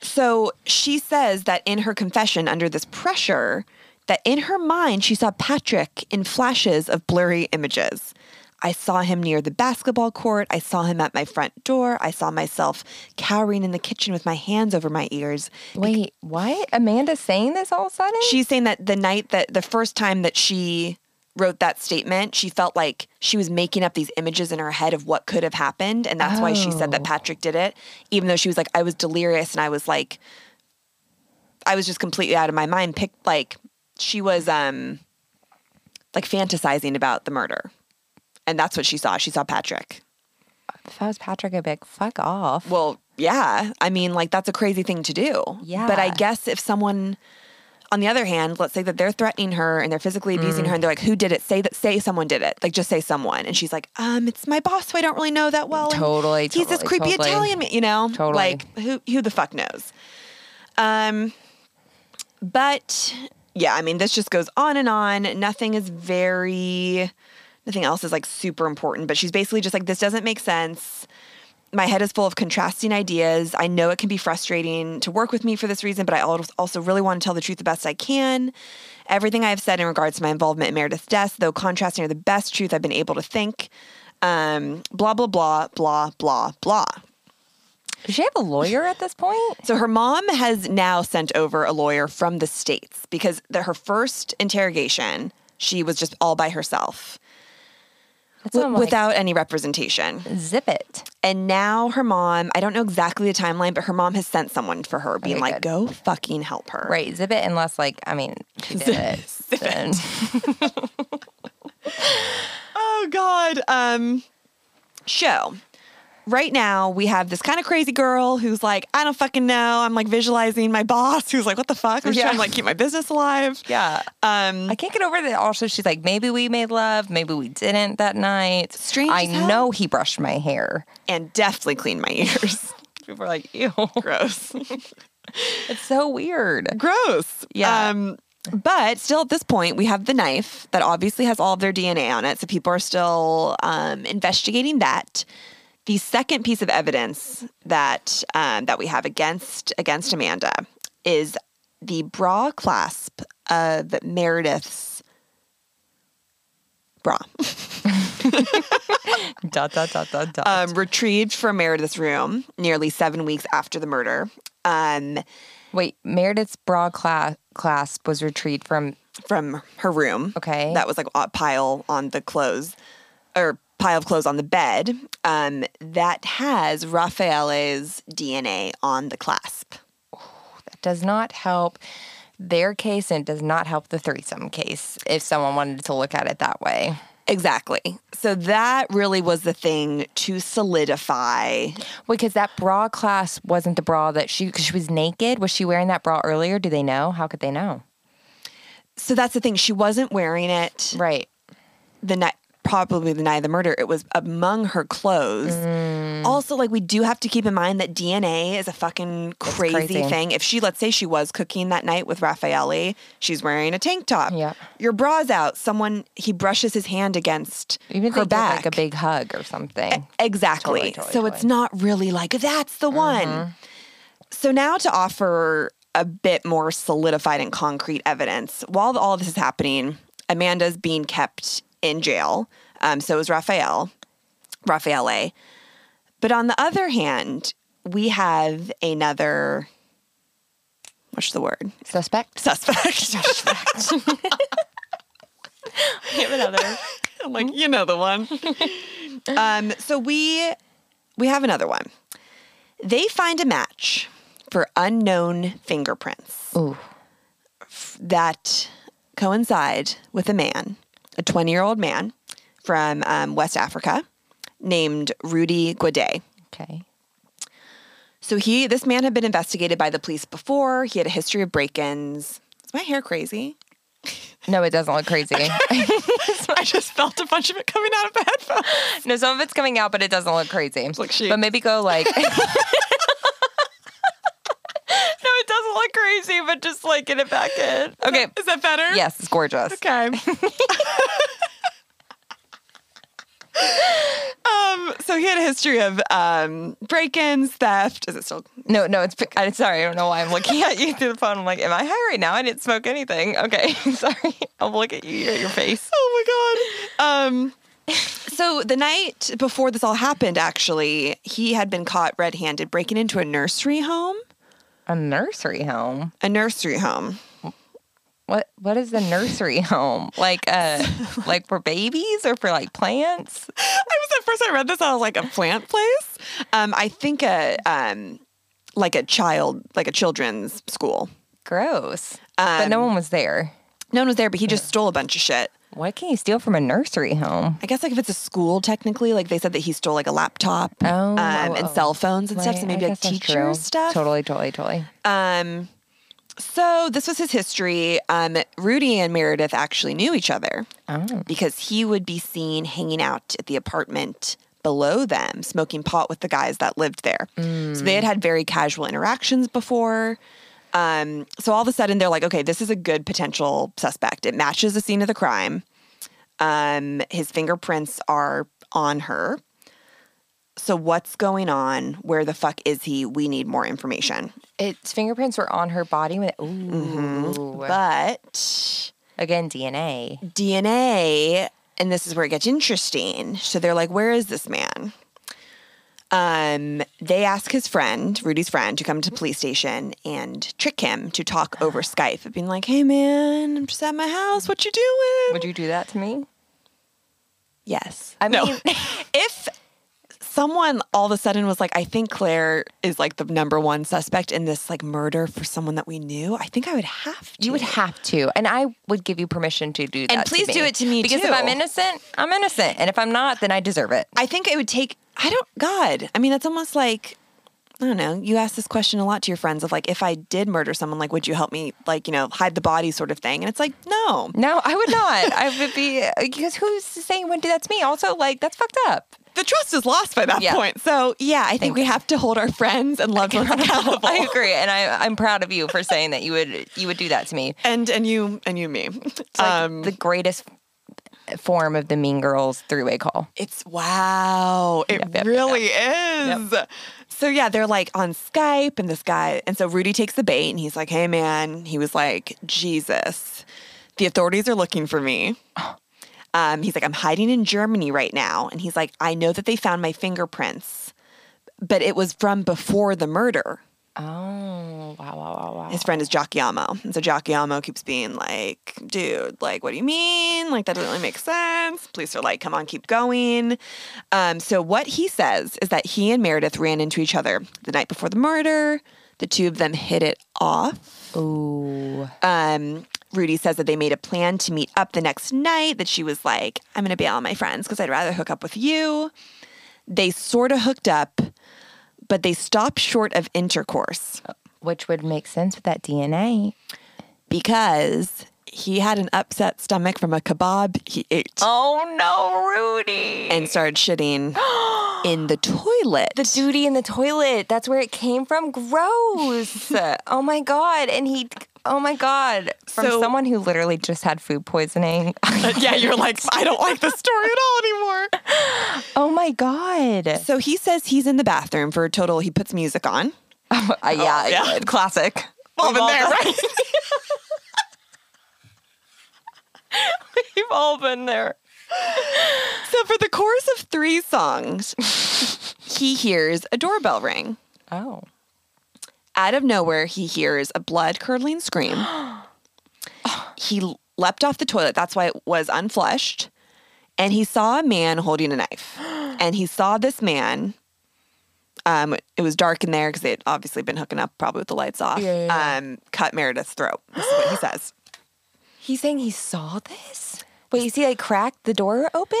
S1: So she says that in her confession, under this pressure, that in her mind she saw Patrick in flashes of blurry images. I saw him near the basketball court. I saw him at my front door. I saw myself cowering in the kitchen with my hands over my ears.
S2: Wait, what? Amanda's saying this all of a sudden?
S1: She's saying that the night that the first time that she wrote that statement, she felt like she was making up these images in her head of what could have happened. And that's why she said that
S2: Oh.
S1: Patrick did it, even though she was like, I was delirious and I was like, I was just completely out of my mind. Picked like, she was um like fantasizing about the murder. And that's what she saw. She saw Patrick.
S2: if I was Patrick, I'd be like, fuck off.
S1: Well, yeah. I mean, like that's a crazy thing to do.
S2: Yeah.
S1: But I guess if someone on the other hand, let's say that they're threatening her and they're physically
S2: Mm.
S1: abusing her and they're like, "Who did it?" Say that say someone did it. Like just say someone. And she's like, "Um, it's my boss, who I don't really know that well." and
S2: Totally,
S1: He's this
S2: totally,
S1: creepy
S2: totally.
S1: Italian, man," you know?
S2: Totally.
S1: Like who who the fuck knows? Um but yeah, I mean, this just goes on and on. Nothing is very nothing else is like super important, but she's basically just like this doesn't make sense my head is full of contrasting ideas. I know it can be frustrating to work with me for this reason, but I al- also really want to tell the truth the best I can. Everything I have said in regards to my involvement in Meredith's death, though contrasting, are the best truth I've been able to think. Um, blah, blah, blah, blah, blah, blah.
S2: Does she have a lawyer at this point?
S1: So her mom has now sent over a lawyer from the States because the, her first interrogation, she was just all by herself
S2: That's
S1: wi-
S2: almost like,
S1: without any representation.
S2: zip it.
S1: And now her mom, I don't know exactly the timeline, but her mom has sent someone for her, being
S2: Okay,
S1: like,
S2: good.
S1: go fucking help her.
S2: Right, zip it unless like I mean she did it. then.
S1: Oh, God. Um, show. Right now, we have this kind of crazy girl who's like, I don't fucking know. I'm like visualizing my boss who's like, what the fuck? I'm just
S2: Yeah.
S1: trying to like keep my business alive.
S2: Yeah.
S1: Um,
S2: I can't get over that. Also, she's like, maybe we made love, maybe we didn't that night.
S1: Strange
S2: I
S1: as hell.
S2: know he brushed my hair.
S1: and definitely clean my ears.
S2: People are like, ew.
S1: Gross.
S2: It's so weird.
S1: Gross.
S2: Yeah.
S1: Um, but still, at this point, we have the knife that obviously has all of their DNA on it. So people are still um, investigating that. The second piece of evidence that um, that we have against against Amanda is the bra clasp of Meredith's bra,
S2: Dot dot dot dot dot.
S1: um, retrieved from Meredith's room nearly seven weeks after the murder. Um,
S2: Wait, Meredith's bra cla- clasp was retrieved from.
S1: from her room.
S2: Okay.
S1: That was like a pile on the clothes or pile of clothes on the bed. Um, that has Raffaele's DNA on the clasp.
S2: That does not help their case, and it does not help the threesome case. If someone wanted to look at it that way,
S1: Exactly. So that really was the thing to solidify.
S2: because that bra clasp wasn't the bra that she because she was naked. Was she wearing that bra earlier? Do they know? How could they know?
S1: So that's the thing. She wasn't wearing it
S2: Right.
S1: the night, probably the night of the murder. It was among her clothes.
S2: Mm.
S1: Also, like we do have to keep in mind that DNA is a fucking crazy,
S2: crazy.
S1: thing. If she, let's say, she was cooking that night with Raffaele, she's wearing a tank top.
S2: Yeah.
S1: your bra's out. Someone he brushes his hand against
S2: Even if
S1: her
S2: they did,
S1: back.
S2: like a big hug or something.
S1: Exactly.
S2: Totally, Mm-hmm. totally,
S1: so it's
S2: totally.
S1: not really like that's the one. So now to offer a bit more solidified and concrete evidence. While all this is happening, Amanda's being kept in jail. Um, so is Raphael, Raffaele. But on the other hand, we have another. What's the word?
S2: Suspect.
S1: Suspect.
S2: Give another.
S1: I'm like, you know the one. um, so we we have another one. They find a match for unknown fingerprints
S2: Ooh.
S1: f- that coincide with a man, a 20 year old man from um, West Africa named Rudy Guaday.
S2: Okay.
S1: So he, this man had been investigated by the police before. He had a history of break-ins. Is my hair crazy?
S2: No, it doesn't look crazy.
S1: I just felt a bunch of it coming out of the headphones.
S2: no, some of it's coming out, but it doesn't look crazy.
S1: like she-
S2: but maybe go like. no, it doesn't look crazy, but just like get it back in. Okay.
S1: Is that better?
S2: Yes, it's gorgeous.
S1: Okay. um, so he had a history of um, break-ins, theft. Is it still?
S2: No, no, it's. I'm sorry. I don't know why I'm looking at you through the phone. I'm like, am I high right now? I didn't smoke anything. Okay, sorry. I'll look at you at your face.
S1: Oh my god. Um, so the night before this all happened, actually, he had been caught red-handed breaking into a nursery home.
S2: A nursery home.
S1: A nursery home.
S2: What? What is a nursery home? Like, uh, like for babies or for like plants?
S1: I was at first I read this, I was like a plant place. Um, I think a um, like a child, like a children's school. Um,
S2: Gross. but no one was there.
S1: No one was there, but he just stole a bunch of shit.
S2: What can you steal from a nursery home?
S1: I guess like if it's a school, technically, like they said that he stole like a laptop
S2: Oh,
S1: um,
S2: oh,
S1: and
S2: oh.
S1: cell phones and stuff.
S2: Right,
S1: So
S2: I
S1: maybe like
S2: guess that's
S1: teacher
S2: true.
S1: stuff.
S2: Totally, totally, totally.
S1: Um, so this was his history. Um, Rudy and Meredith actually knew each other
S2: Oh.
S1: because he would be seen hanging out at the apartment below them, smoking pot with the guys that lived there. So they had had very casual interactions before. Um, so all of a sudden they're like, okay, this is a good potential suspect. It matches the scene of the crime. Um, his fingerprints are on her. So what's going on? Where the fuck is he? We need more information.
S2: Its fingerprints were on her body when. Mm-hmm. Ooh.
S1: But
S2: Again, DNA.
S1: DNA, and this is where it gets interesting. So they're like, "Where is this man?" Um, they ask his friend, Rudy's friend, to come to the police station and trick him to talk over
S2: Uh-huh.
S1: Skype, of being like, "Hey, man, I'm just at my house. What you doing?"
S2: Would you do that to me?
S1: yes,
S2: I
S1: No.
S2: mean,
S1: if someone all of a sudden was like, "I think Claire is like the number one suspect in this like murder for someone that we knew," I think I would have to.
S2: you would have to, and I would give you permission to do that. to
S1: please do it to me,
S2: because
S1: too.
S2: if I'm innocent, I'm innocent, and if I'm not, then I deserve it.
S1: I think it would take. I don't. God. I mean, that's almost like. I don't know. You ask this question a lot to your friends of like, if I did murder someone, like, would you help me, like, you know, hide the body, sort of thing? And it's like, no.
S2: No, I would not. I would be because who's saying wouldn't do that to me? Also, like that's fucked up.
S1: The trust is lost by that
S2: Yeah.
S1: point. So yeah, I think we have to hold our friends and loved ones accountable.
S2: I agree, and I, I'm proud of you for saying that you would you would do that to me.
S1: and and you and you, me.
S2: It's like the greatest form of the Mean Girls three-way call.
S1: It's wow. It
S2: Yep, yep,
S1: really is. So yeah, they're like on Skype and this guy and so Rudy takes the bait and he's like, "Hey man." He was like, "Jesus. The authorities are looking for me." Um, he's like, "I'm hiding in Germany right now." And he's like, "I know that they found my fingerprints, but it was from before the murder."
S2: Oh wow wow wow wow!
S1: His friend is Giacomo. And so Giacomo keeps being like, dude, like, what do you mean? Like, that doesn't really make sense. Police are like, come on, keep going. Um, so, what he says is that he and Meredith ran into each other the night before the murder. The two of them hit it off.
S2: Ooh.
S1: Um, Rudy says that they made a plan to meet up the next night, that she was like, I'm going to bail on my friends because I'd rather hook up with you. They sort of hooked up, but they stopped short of intercourse.
S2: Which would make sense with that DNA.
S1: because he had an upset stomach from a kebab he ate
S2: Oh no, Rudy!
S1: and started shitting in the toilet.
S2: The duty in the toilet. That's where it came from. Gross. oh my god. And he oh my god. From
S1: So-
S2: someone who literally just had food poisoning.
S1: yeah, you're like, I don't like this story at all anymore.
S2: oh my god.
S1: So he says he's in the bathroom for a total, he puts music on. Oh,
S2: Uh, yeah,
S1: yeah.
S2: classic.
S1: all
S2: We've
S1: been
S2: all
S1: there,
S2: been-
S1: right?
S2: We've all been there.
S1: So for the chorus of three songs, he hears a doorbell ring.
S2: Oh.
S1: Out of nowhere, he hears a blood curdling scream. he l- leapt off the toilet. That's why it was unflushed. And he saw a man holding a knife. and he saw this man. Um, it was dark in there because they'd obviously been hooking up, probably with the lights off.
S2: Yeah, yeah,
S1: Um, cut Meredith's throat. This is what he says.
S2: He's saying he saw this? Wait, is he like cracked the door open?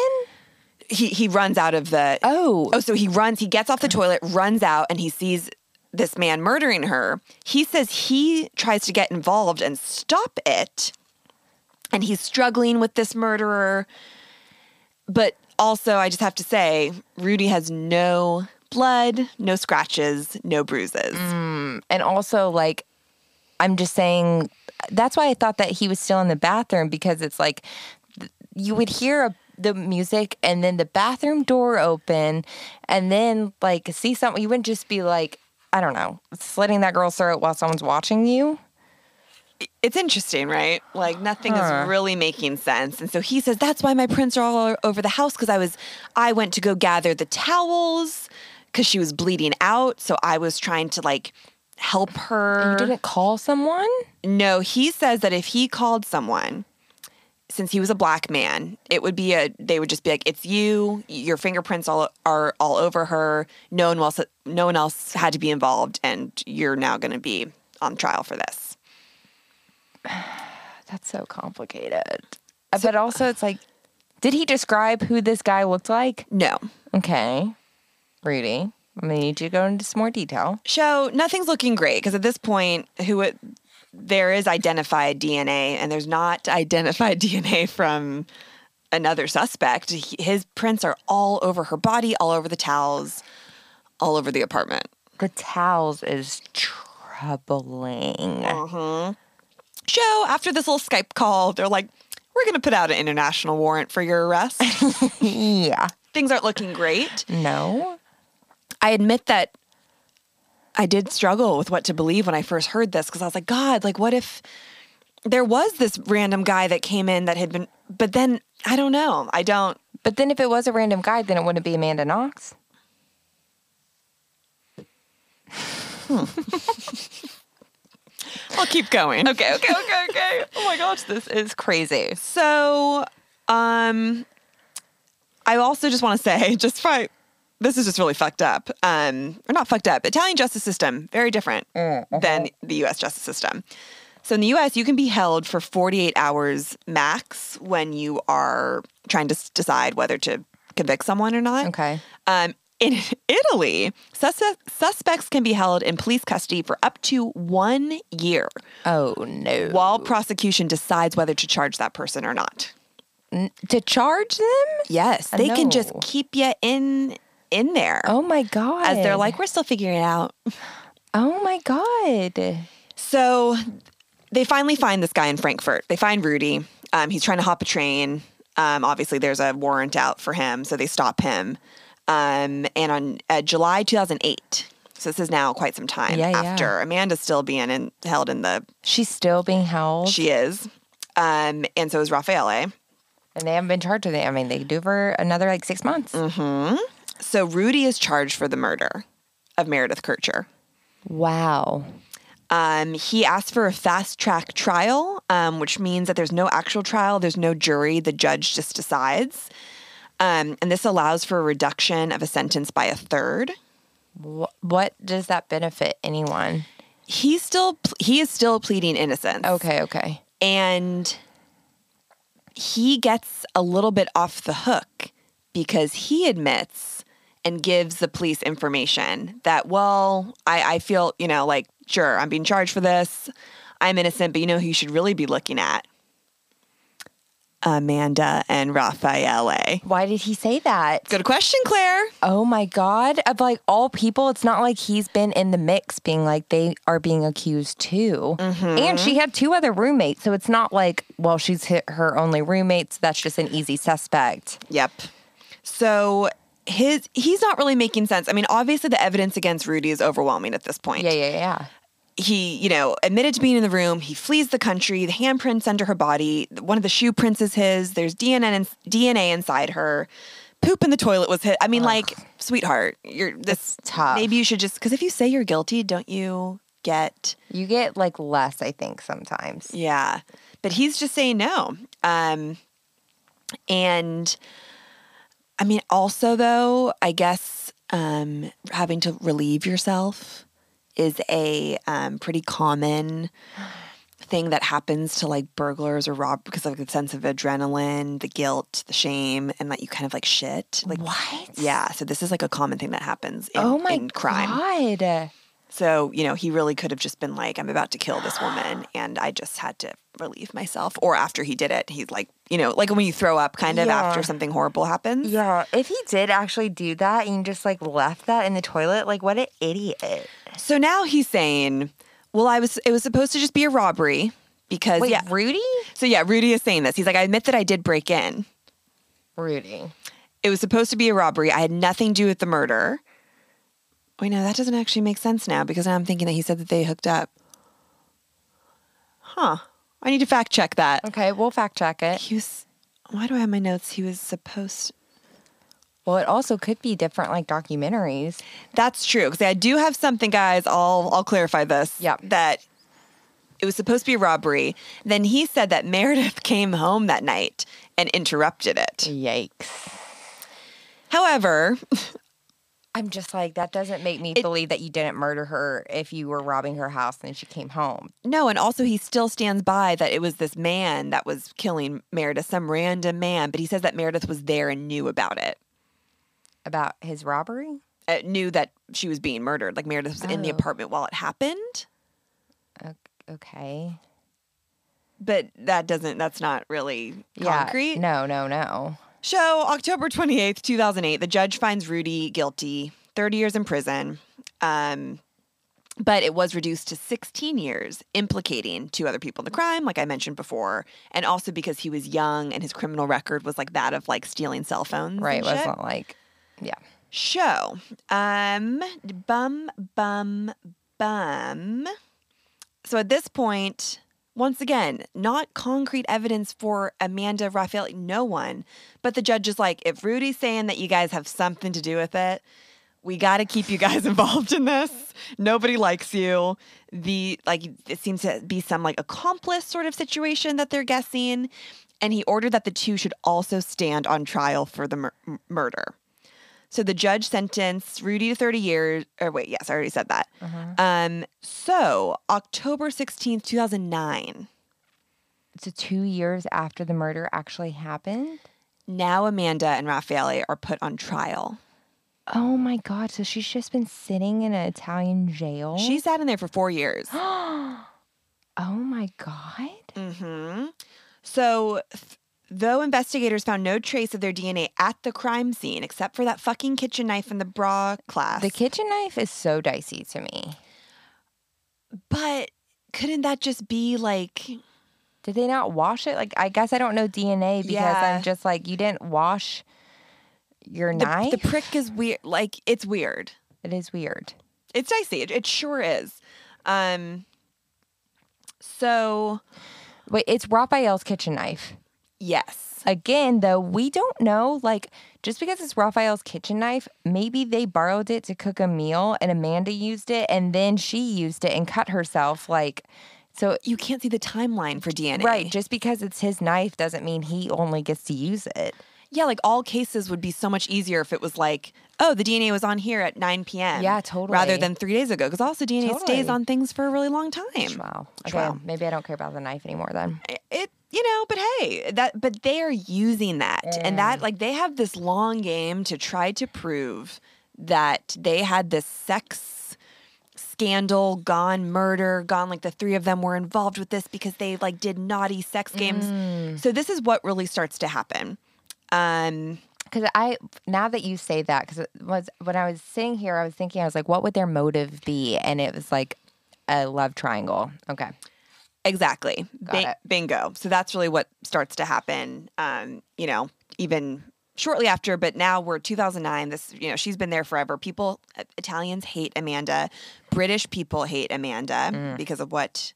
S1: He he runs out of the
S2: Oh.
S1: Oh, so he runs, he gets off the toilet, runs out, and he sees this man murdering her. He says he tries to get involved and stop it. And he's struggling with this murderer. But also, I just have to say, Rudy has no blood, no scratches, no bruises.
S2: And also, like, I'm just saying that's why I thought that he was still in the bathroom because it's like th- you would hear a, the music and then the bathroom door open and then like see something. You wouldn't just be like, I don't know, slitting that girl's throat while someone's watching you.
S1: It's interesting, right? Like nothing
S2: Huh.
S1: is really making sense. And so he says, "That's why my prints are all over the house because I was I went to go gather the towels cuz she was bleeding out, so I was trying to like help her."
S2: You didn't call someone?
S1: No, he says that if he called someone since he was a black man, it would be a they would just be like, "It's you. Your fingerprints all are all over her. No one else no one else had to be involved and you're now going to be on trial for this."
S2: That's so complicated. Uh, but also, it's like, did he describe who this guy looked like?
S1: No.
S2: Okay, Rudy, I'm gonna need you to go into some more detail.
S1: show nothing's looking great because at this point who it, there is identified dna and there's not identified dna from another suspect He- his prints are all over her body all over the towels all over the apartment
S2: The towels is troubling.
S1: show after this little skype call they're like we're going to put out an international warrant for your arrest
S2: Yeah.
S1: things aren't looking great
S2: No.
S1: I admit that I did struggle with what to believe when I first heard this because I was like, God, like, what if there was this random guy that came in that had been, but then I don't know. I don't,
S2: But then, if it was a random guy, then it wouldn't be Amanda Knox.
S1: I'll keep going. Okay.
S2: Okay. Okay. Okay. oh my gosh, this is crazy.
S1: So, um, I also just want to say, just fi- this is just really fucked up. Um, or not fucked up. Italian justice system very different than the U.S. justice system. So in the U.S., you can be held for 48 hours max when you are trying to s- decide whether to convict someone or not.
S2: Okay.
S1: Um, in Italy, sus- suspects can be held in police custody for up to one year
S2: Oh no.
S1: while prosecution decides whether to charge that person or not.
S2: to charge them?
S1: Yes, they can just
S2: know.
S1: keep you in in there
S2: Oh my god.
S1: as they're like, we're still figuring it out.
S2: oh my god.
S1: So they finally find this guy in Frankfurt. They find Rudy. Um, he's trying to hop a train. Um, obviously, there's a warrant out for him, so they stop him. Um, and on uh, July 2008, so this is now quite some time
S2: Yeah, yeah.
S1: after Amanda's still being in, held in the.
S2: She's still being held.
S1: She is, um, and so is Raffaele.
S2: And they haven't been charged with it. I mean, they could do for another like six months.
S1: So Rudy is charged for the murder of Meredith Kircher.
S2: Wow.
S1: Um, he asked for a fast track trial, um, which means that there's no actual trial, there's no jury, the judge just decides. Um, and this allows for a reduction of a sentence by a third.
S2: Wh- what does that benefit anyone?
S1: He's still he is still pleading innocence.
S2: Okay, okay.
S1: and he gets a little bit off the hook because he admits and gives the police information that, well, I, I feel, you know, like, sure, I'm being charged for this. I'm innocent, but you know who you should really be looking at? Amanda and Raffaele.
S2: Why did he say that?
S1: Good question, Claire.
S2: Oh my God. Of like all people, it's not like he's been in the mix being like they are being accused too. And she had two other roommates. So it's not like, well, she's hit her only roommates. that's just an easy suspect.
S1: Yep. So his he's not really making sense. I mean, obviously the evidence against Rudy is overwhelming at this point.
S2: Yeah, yeah, yeah.
S1: he, you know, admitted to being in the room. He flees the country. The handprints under her body. One of the shoe prints is his. There's DNA in, DNA inside her. Poop in the toilet was hit. I mean, like, sweetheart, you're this
S2: tough.
S1: Maybe you should just because if you say you're guilty, don't you get
S2: You get like less, I think, sometimes.
S1: yeah. But he's just saying no. Um, and I mean, also, though, I guess um, having to relieve yourself is a um, pretty common thing that happens to like burglars or rob because of the sense of adrenaline, the guilt, the shame, and that you kind of like shit. Like,
S2: What?
S1: yeah. So, this is like a common thing that happens in,
S2: oh my
S1: in crime.
S2: god.
S1: So, you know, he really could have just been like, I'm about to kill this woman and I just had to relieve myself. Or after he did it, he's like, you know, like when you throw up kind of
S2: Yeah.
S1: after something horrible happens.
S2: Yeah, if he did actually do that and just like left that in the toilet, like what an idiot.
S1: So now he's saying, Well, I was it was supposed to just be a robbery because
S2: Wait,
S1: yeah.
S2: Rudy?
S1: So yeah, Rudy is saying this. He's like, I admit that I did break in.
S2: Rudy.
S1: It was supposed to be a robbery. I had nothing to do with the murder. Wait, no, that doesn't actually make sense now because now I'm thinking that he said that they hooked up. Huh. I need to fact check that.
S2: Okay, we'll fact check it.
S1: He was. Why do I have my notes? He was supposed.
S2: Well, it also could be different like documentaries.
S1: That's true. Because I do have something, guys. I'll I'll clarify this.
S2: Yep.
S1: That it was supposed to be a robbery. Then he said that Meredith came home that night and interrupted
S2: Mm.
S1: it.
S2: Yikes.
S1: However,
S2: I'm just like that doesn't make me believe that you didn't murder her if you were robbing her house and then she came home.
S1: no, and also he still stands by that it was this man that was killing Meredith, some random man. But he says that Meredith was there and knew about it.
S2: About his robbery?
S1: Uh, knew that she was being murdered. Like Meredith was in the
S2: Oh.
S1: apartment while it happened.
S2: O- Okay.
S1: But that doesn't. That's not really
S2: Yeah.
S1: concrete.
S2: No, no, no.
S1: So, October 28th, 2008, the judge finds Rudy guilty, 30 years in prison. Um, but it was reduced to 16 years, implicating two other people in the crime, like I mentioned before, and also because he was young and his criminal record was like that of like stealing cell phones.
S2: Right.
S1: and
S2: It
S1: shit.
S2: wasn't like yeah.
S1: So, um, bum, bum, bum. So at this point, once again, not concrete evidence for Amanda Raphael, no one. But the judge is like, if Rudy's saying that you guys have something to do with it, we got to keep you guys involved in this. Nobody likes you. The like it seems to be some like accomplice sort of situation that they're guessing, and he ordered that the two should also stand on trial for the mur- m- murder. So the judge sentenced Rudy to 30 years. Or wait, yes, I already said that.
S2: uh-huh.
S1: Um, so October 16th, 2009.
S2: So two years after the murder actually happened.
S1: Now Amanda and Raffaele are put on trial.
S2: Oh my god! So she's just been sitting in an Italian jail.
S1: She sat in there for four years.
S2: Oh my god!
S1: hmm So, th- though investigators found no trace of their DNA at the crime scene, except for that fucking kitchen knife in the bra class,
S2: The kitchen knife is so dicey to me.
S1: but couldn't that just be like
S2: Did they not wash it? Like I guess I don't know DNA because
S1: Yeah.
S2: I'm just like you didn't wash your
S1: the,
S2: knife.
S1: the prick is weird? Like it's weird.
S2: it is weird.
S1: It's dicey. It, it sure is. Um. So
S2: Wait, it's Raphael's kitchen knife.
S1: yes,
S2: Again, though, we don't know. Like, just because it's Raphael's kitchen knife, maybe they borrowed it to cook a meal and Amanda used it and then she used it and cut herself. Like, so,
S1: you can't see the timeline for DNA.
S2: right, just because it's his knife doesn't mean he only gets to use it.
S1: Yeah, like all cases would be so much easier if it was like, oh, the DNA was on here at 9 p.m.
S2: Yeah,
S1: Rather
S2: totally.
S1: than three days ago, because also DNA stays
S2: Totally.
S1: on things for a really long time.
S2: Wow. Okay,
S1: Wow.
S2: maybe I don't care about the knife anymore then.
S1: Eh, It, you know, but hey, that, but they are using that, and that, like, they have this long game to try to prove that they had this sex scandal gone murder gone like the three of them were involved with this because they like did naughty sex games so this is what really starts to happen um
S2: Because I now that you say that, because was when I was sitting here, I was thinking, I was like, what would their motive be? And it was like a love triangle. Okay.
S1: Exactly.
S2: Got
S1: Bing-
S2: it.
S1: Bingo. So that's really what starts to happen. Um, you know, even shortly after, but now we're 2009. This, you know, she's been there forever. People, I- Italians hate Amanda. British people hate Amanda
S2: Mm.
S1: because of what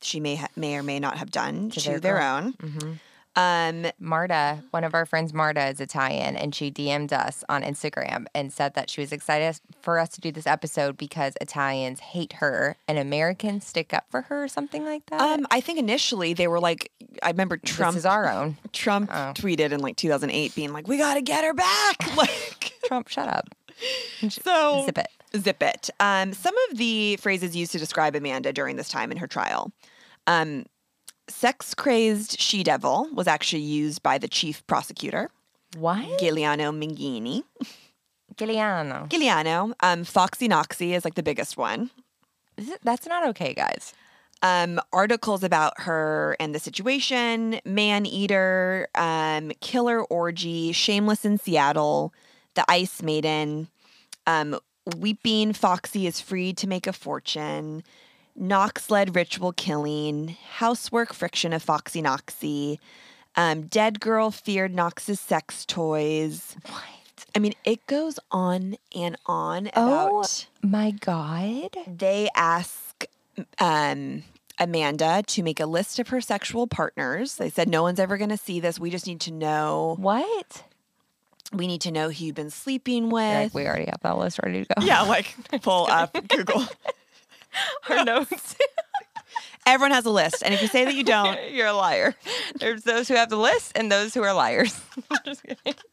S1: she may ha- may or may not have done to,
S2: their
S1: their, own.
S2: Mm-hmm.
S1: Um,
S2: Marta, one of our friends, Marta, is Italian, and she DM'd us on Instagram and said that she was excited for us to do this episode because Italians hate her and Americans stick up for her or something like that.
S1: um, I think initially they were like, I remember Trump.
S2: this is our Oh. own.
S1: Trump tweeted in like 2008, being like, "We got to get her back." Like,
S2: Trump, shut up.
S1: so
S2: Zip it.
S1: Zip it. Um, some of the phrases used to describe Amanda during this time in her trial. Um, Sex crazed she devil was actually used by the chief prosecutor,
S2: What?
S1: Giuliano Minghini.
S2: Giuliano.
S1: Giuliano, um, Foxy Noxy is like the biggest one.
S2: This is- That's not okay, guys.
S1: Um, articles about her and the situation, man eater, um, killer orgy, shameless in Seattle, the ice maiden, um, weeping Foxy is free to make a fortune, Knox led ritual killing, housework friction of Foxy Noxy, um, dead girl feared Knox's sex toys. What? I mean, it goes on and on
S2: Oh.
S1: about
S2: My God.
S1: they ask um, Amanda to make a list of her sexual partners. They said, No one's ever going to see this. We just need to know.
S2: What?
S1: We need to know who you've been sleeping
S2: They're
S1: with.
S2: Like, we already have that list ready to go.
S1: yeah, like pull up Google.
S2: Our notes.
S1: Everyone has a list. And if you say that you don't,
S2: You're a liar. There's those who have the list and those who are liars. I'm just kidding.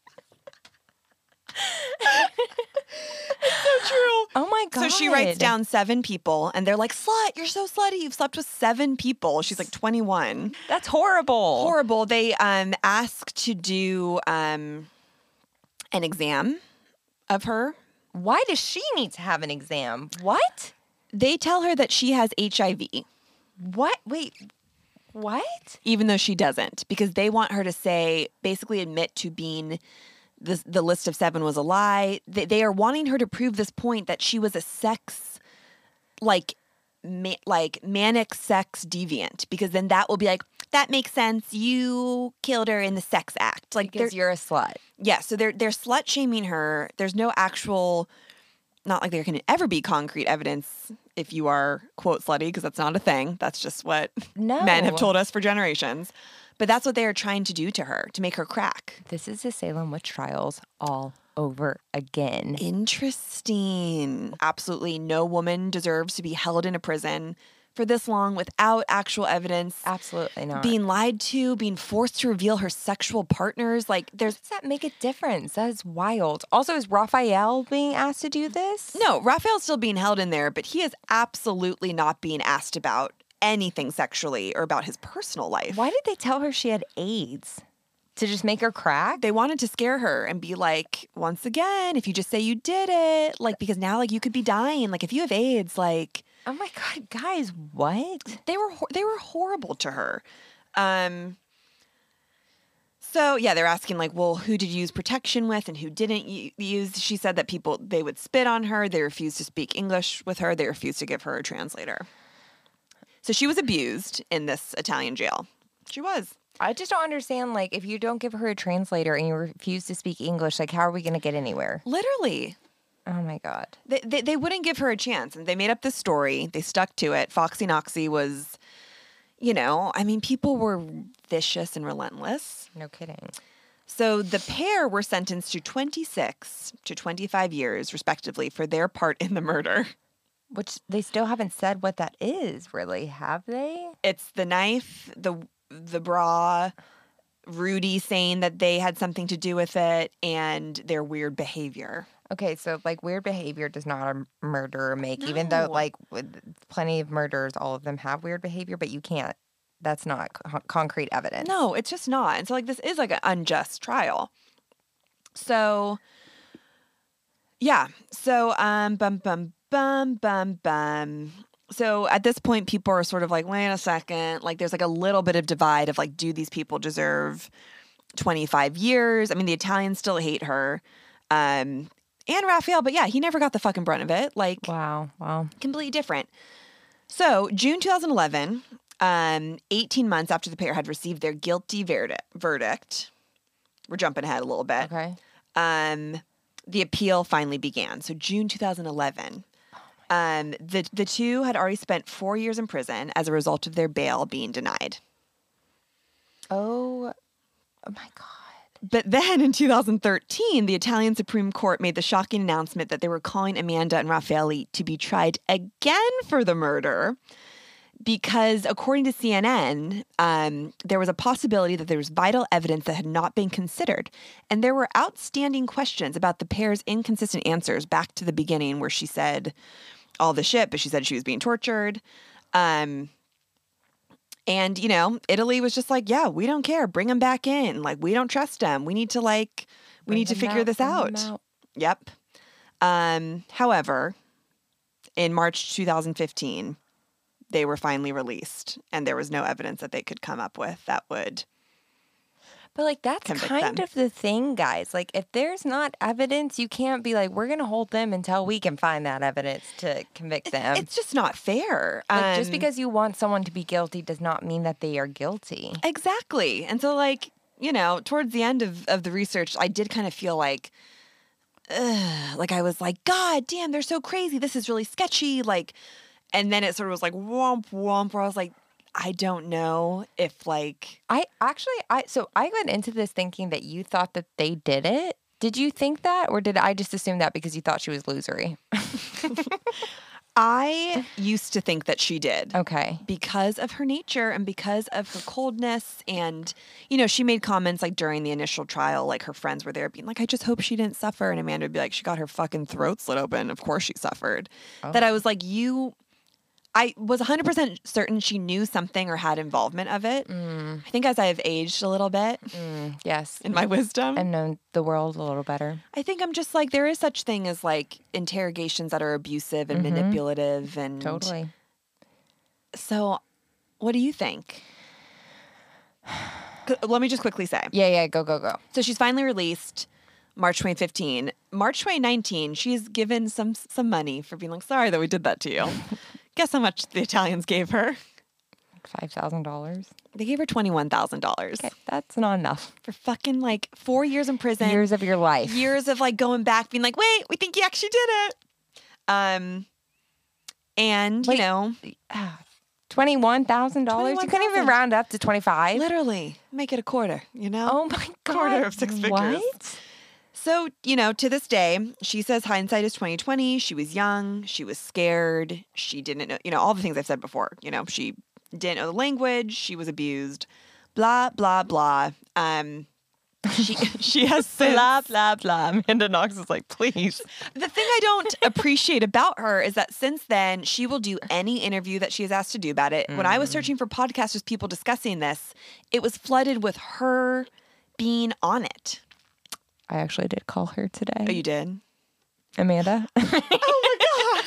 S1: true.
S2: Oh my God.
S1: So she writes down seven people, and they're like, Slut, you're so slutty. You've slept with seven people. She's like 21.
S2: That's horrible.
S1: horrible. They um asked to do um an exam of her.
S2: Why does she need to have an exam? What?
S1: They tell her that she has HIV,
S2: What? Wait. What?
S1: even though she doesn't, because they want her to say basically admit to being the the list of seven was a lie. They, they are wanting her to prove this point that she was a sex like ma- like manic sex deviant, because then that will be like that makes sense. You killed her in the sex act. Like they're-
S2: Because you're a slut.
S1: Yeah, so they're they're slut shaming her. There's no actual, not like there can ever be concrete evidence if you are quote slutty because that's not a thing. That's just what men have
S2: No.
S1: told us for generations. But that's what they are trying to do to her to make her crack.
S2: This is the Salem witch trials all over again.
S1: Interesting. Absolutely, no woman deserves to be held in a prison for this long without actual evidence.
S2: Absolutely not.
S1: Being lied to, being forced to reveal her sexual partners. Like there's
S2: does that make a difference? That is wild. Also, is Raphael being asked to do this?
S1: No, Raphael's still being held in there, but he is absolutely not being asked about anything sexually or about his personal life.
S2: Why did they tell her she had AIDS? To just make her crack?
S1: They wanted to scare her and be like, once again, if you just say you did it, like, because now, like, you could be dying. Like, if you have AIDS, like,
S2: Oh my god, guys, what?
S1: they were hor- they were horrible to her. Um, so yeah, they're asking like, well, who did you use protection with and who didn't you use? She said that people they would spit on her. They refused to speak English with her. They refused to give her a translator. So she was abused in this Italian jail. She was.
S2: I just don't understand. Like, if you don't give her a translator and you refuse to speak English, like, how are we going to get anywhere?
S1: Literally,
S2: Oh my god.
S1: they, they, they wouldn't give her a chance and they made up this story they stuck to it foxy noxy was you know i mean people were vicious and relentless
S2: No kidding.
S1: so the pair were sentenced to 26 to 25 years respectively for their part in the murder
S2: Which they still haven't said what that is, really, have they?
S1: it's the knife the the bra rudy saying that they had something to do with it and their weird behavior
S2: Okay, so like weird behavior does not a m- murderer make, even though
S1: No.
S2: like with plenty of murderers, all of them have weird behavior, but you can't. That's not con- concrete evidence.
S1: No, it's just not. And so, like, this is like an unjust trial. So, yeah. So, um, bum, bum, bum, bum, bum. So at this point, people are sort of like, wait a second. Like, there's like a little bit of divide of like, do these people deserve 25 years? I mean, the Italians still hate her. Um, and Raphael, but yeah, he never got the fucking brunt of it. Like,
S2: Wow. Wow.
S1: completely different. So, June 2011, um, 18 months after the pair had received their guilty verdict, verdict We're jumping ahead a little bit.
S2: Okay.
S1: Um, the appeal finally began. So June 2011. Um, the the two had already spent four years in prison as a result of their bail being denied.
S2: Oh, oh my God.
S1: But then in 2013, the Italian Supreme Court made the shocking announcement that they were calling Amanda and Raffaele to be tried again for the murder. Because according to CNN, um, there was a possibility that there was vital evidence that had not been considered. And there were outstanding questions about the pair's inconsistent answers back to the beginning, where she said all the shit, but she said she was being tortured. Um, and, you know, Italy was just like, yeah, we don't care. Bring them back in. Like, we don't trust them. We need to, like, we
S2: Bring
S1: need to
S2: him
S1: figure
S2: out,
S1: this
S2: bring him
S1: out. Yep. Um, however, in March 2015, they were finally released, and there was no evidence that they could come up with that would.
S2: But like that's
S1: Convict
S2: kind
S1: them.
S2: of the thing, guys. Like if there's not evidence, you can't be like, we're gonna hold them until we can find that evidence to convict them.
S1: It's just not fair.
S2: like just
S1: Um,
S2: because you want someone to be guilty does not mean that they are guilty.
S1: Exactly. And so, like, you know, towards the end of, of the research, I did kind of feel like, ugh, like I was like, God damn, they're so crazy. This is really sketchy. Like, and then it sort of was like, womp, womp, where I was like, I don't know if, like,
S2: I actually I so I went into this thinking that you thought that they did it. Did you think that or did I just assume that because you thought she was losery?
S1: I used to think that she did.
S2: Okay.
S1: because of her nature and because of her coldness and you know she made comments like during the initial trial like her friends were there being like i just hope she didn't suffer and amanda would be like she got her fucking throat slit open of course she suffered that
S2: Oh.
S1: i was like you i was 100% certain she knew something or had involvement of it i think as i've aged a little bit
S2: Mm, yes.
S1: in my wisdom
S2: And known the world a little better.
S1: i think i'm just like there is such thing as like interrogations that are abusive and manipulative and
S2: Mm-hmm. Totally.
S1: So, what do you think? 'Cause- Let me just quickly say.
S2: Yeah, yeah, go, go, go.
S1: So she's finally released March 2015. March 2019, she's given some some money for being like, sorry that we did that to you. Guess how much the Italians gave her?
S2: Five thousand dollars.
S1: They gave her $21,000
S2: Okay, that's not enough.
S1: for fucking like four years in prison.
S2: Years of your life.
S1: years of like going back, being like, wait, we think you actually did it. Um, and,
S2: Wait.
S1: you know,
S2: Twenty-one thousand dollars. You couldn't even
S1: $21,000.
S2: round up to twenty-five.
S1: literally make it a quarter, you know?
S2: Oh my god!
S1: Quarter of six figures.
S2: What?
S1: So, you know, to this day, she says hindsight is 2020. She was young, she was scared, she didn't know, you know, all the things I've said before. You know, she didn't know the language, she was abused, blah blah blah. Um she she has since,
S2: Blah blah blah. Amanda Knox is like, please.
S1: the thing I don't appreciate about her is that since then she will do any interview that she is asked to do about it. When I was searching for podcasts with people discussing this, it was flooded with her being on it.
S2: I actually did call her today.
S1: Oh, you did?
S2: Amanda. oh my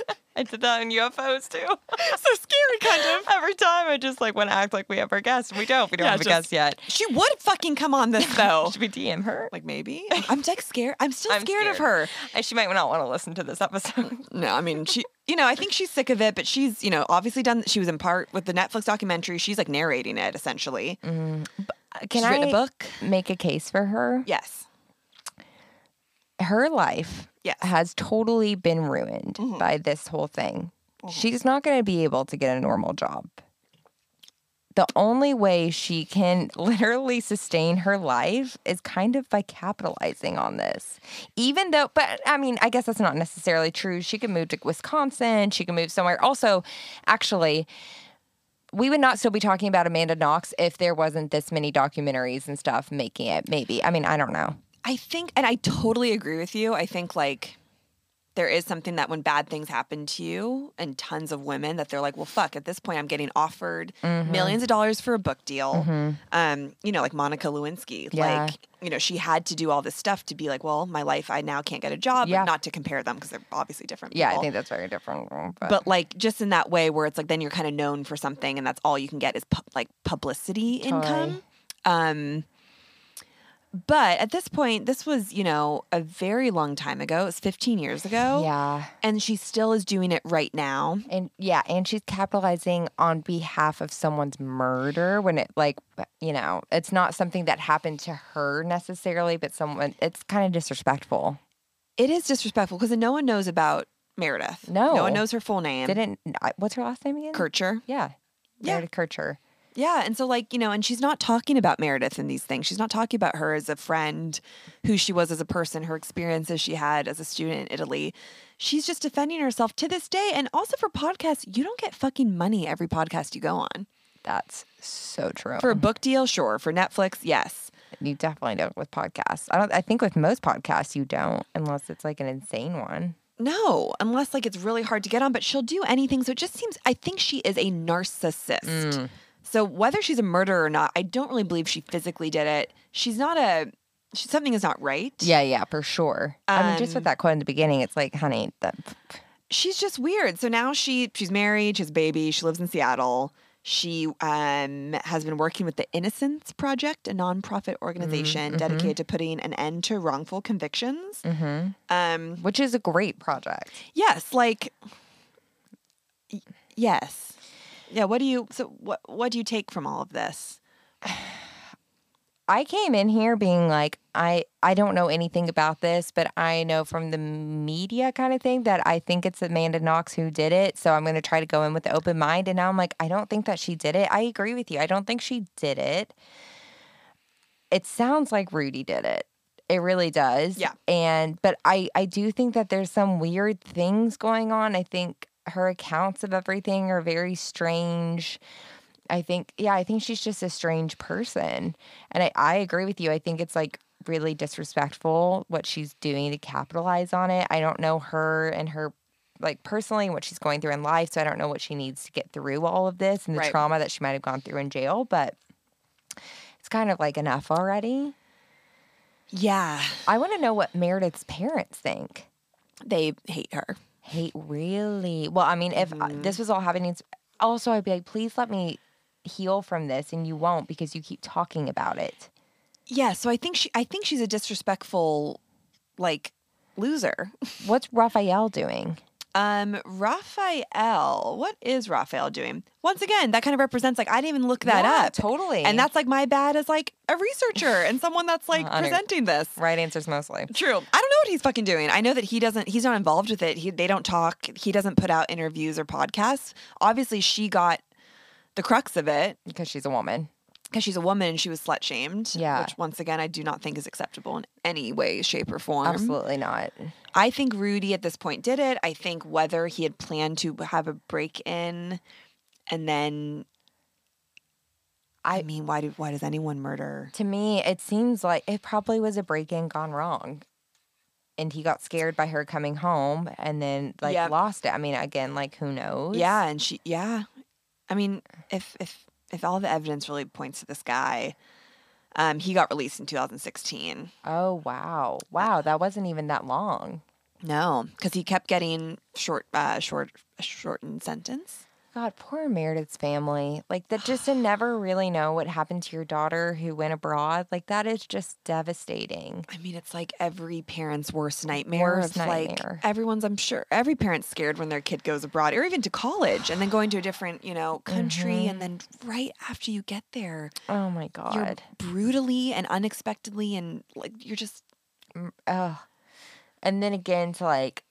S2: god! I did that in UFOs too.
S1: So scary kind of.
S2: Every time I just like want to act like we have our guest. We don't. We don't
S1: Yeah,
S2: have a
S1: just-
S2: guest yet.
S1: She would fucking come on this though.
S2: Should we DM her?
S1: like maybe I'm like scared. I'm still
S2: I'm
S1: scared, of her.
S2: scared. And she might not want to listen to this episode.
S1: No, I mean she. You know, I think she's sick of it, but she's you know obviously done. She was in part with the Netflix documentary. She's like narrating it essentially.
S2: Mm, uh, Can
S1: she's
S2: I
S1: written a book.
S2: make a case for her?
S1: Yes.
S2: her life
S1: Yes.
S2: has totally been ruined by this whole thing. She's not going to be able to get a normal job. The only way she can literally sustain her life is kind of by capitalizing on this. Even though, but I mean, I guess that's not necessarily true. She could move to Wisconsin, she could move somewhere. Also, actually, we would not still be talking about Amanda Knox if there wasn't this many documentaries and stuff making it, maybe. I mean, I don't know.
S1: I think, and I totally agree with you. I think like there is something that when bad things happen to you and tons of women that they're like, well, fuck, at this point I'm getting offered
S2: Mm-hmm.
S1: millions of dollars for a book deal. Um, you know, like Monica Lewinsky,
S2: Yeah.
S1: like, you know, she had to do all this stuff to be like, well, my life, I now can't get a job.
S2: Yeah.
S1: Not to compare them because they're obviously different.
S2: Yeah, I
S1: people.
S2: think that's very different.
S1: But like just in that way where it's like then you're kind of known for something and that's all you can get is pu- like publicity
S2: Totally.
S1: income. Um But at this point, this was, you know, a very long time ago. It was 15 years ago.
S2: Yeah.
S1: And she still is doing it right now.
S2: And yeah, and she's capitalizing on behalf of someone's murder when it like you know, it's not something that happened to her necessarily, but someone it's kind of disrespectful.
S1: It is disrespectful because no one knows about Meredith. No
S2: No.
S1: one knows her full name.
S2: Didn't I- what's her last name again?
S1: Kircher.
S2: Yeah.
S1: Yeah.
S2: Meredith Kircher.
S1: Yeah. And so, like, you know, and she's not talking about Meredith in these things. She's not talking about her as a friend, who she was as a person, her experiences she had as a student in Italy. She's just defending herself to this day. And also for podcasts, you don't get fucking money every podcast you go on.
S2: That's so true.
S1: For a book deal, sure. For Netflix, yes.
S2: you definitely don't with podcasts. I don't I think with most podcasts you don't unless it's like an insane one.
S1: No, unless like it's really hard to get on, but she'll do anything. So it just seems, I think she is a narcissist.
S2: Mm.
S1: So whether she's a murderer or not, I don't really believe she physically did it. She's not a, she, something is not right.
S2: Yeah, yeah, for sure. I mean just with
S1: Um
S2: that quote in the beginning, it's like, honey, that
S1: she's just weird. So now she she's married, she has a baby, she lives in Seattle. She um, has been working with the Innocence Project, a nonprofit organization dedicated to putting an end to wrongful convictions.
S2: mm-hmm."
S1: Um,
S2: which is a great project.
S1: yes, like y- yes, yeah. What do you so what what do you take from all of this?
S2: I came in here being like, I I don't know anything about this, but I know from the media kind of thing that I think it's Amanda Knox who did it. So I'm going to try to go in with the open mind. And now I'm like, I don't think that she did it. I agree with you. I don't think she did it. It sounds like Rudy did it. It really does.
S1: Yeah.
S2: And but I I do think that there's some weird things going on. I think her accounts of everything are very strange. I think, yeah, I think she's just a strange person. And I, I agree with you. I think it's like really disrespectful what she's doing to capitalize on it. I don't know her and her, like personally, and what she's going through in life. So I don't know what she needs to get through all of this and the
S1: Right.
S2: trauma that she might have gone through in jail. But it's kind of like enough already.
S1: Yeah,
S2: I want to know what Meredith's parents think.
S1: they hate her.
S2: Hate really? Well, I mean, if uh this was all happening, it's- also I'd be like, please let me heal from this, and you won't because you keep talking about it.
S1: Yeah, so I think she I think she's a disrespectful like loser.
S2: What's Raphael doing?
S1: Um, Raphael, what is Raphael doing? Once again, that kind of represents like I didn't even look that
S2: Yeah,
S1: up.
S2: totally.
S1: And that's like my bad as like a researcher and someone that's like
S2: I don't-
S1: presenting this.
S2: Right answers mostly.
S1: True. I don't know what he's fucking doing. I know that he doesn't he's not involved with it. He, they don't talk. He doesn't put out interviews or podcasts. Obviously, she got the crux of it
S2: Because she's a woman.
S1: because she's a woman and she was slut shamed.
S2: Yeah.
S1: Which once again I do not think is acceptable in any way, shape, or
S2: Um,
S1: form.
S2: Absolutely not.
S1: I think Rudy at this point did it. I think whether he had planned to have a break in and then I, mean, why did why does anyone murder?
S2: To me, it seems like it probably was a break in gone wrong. And he got scared by her coming home and then like
S1: Yep.
S2: lost it. I mean, again, like who knows?
S1: Yeah, and she yeah. I mean, if if if all the evidence really points to this guy, um, he got released in 2016.
S2: Oh wow. Wow, that wasn't even that long.
S1: No, because he kept getting short, uh, short, shortened sentence.
S2: God, poor Meredith's family. Like that just to never really know what happened to your daughter who went abroad. Like that is just devastating.
S1: I mean, it's like every parent's worst nightmare.
S2: Worst
S1: of,
S2: nightmare.
S1: Like everyone's, I'm sure, every parent's scared when their kid goes abroad or even to college and then going to a different, you know, country.
S2: Mm-hmm.
S1: And then right after you get there,
S2: Oh my
S1: you're
S2: god.
S1: brutally and unexpectedly and like you're just
S2: Oh. And then again to like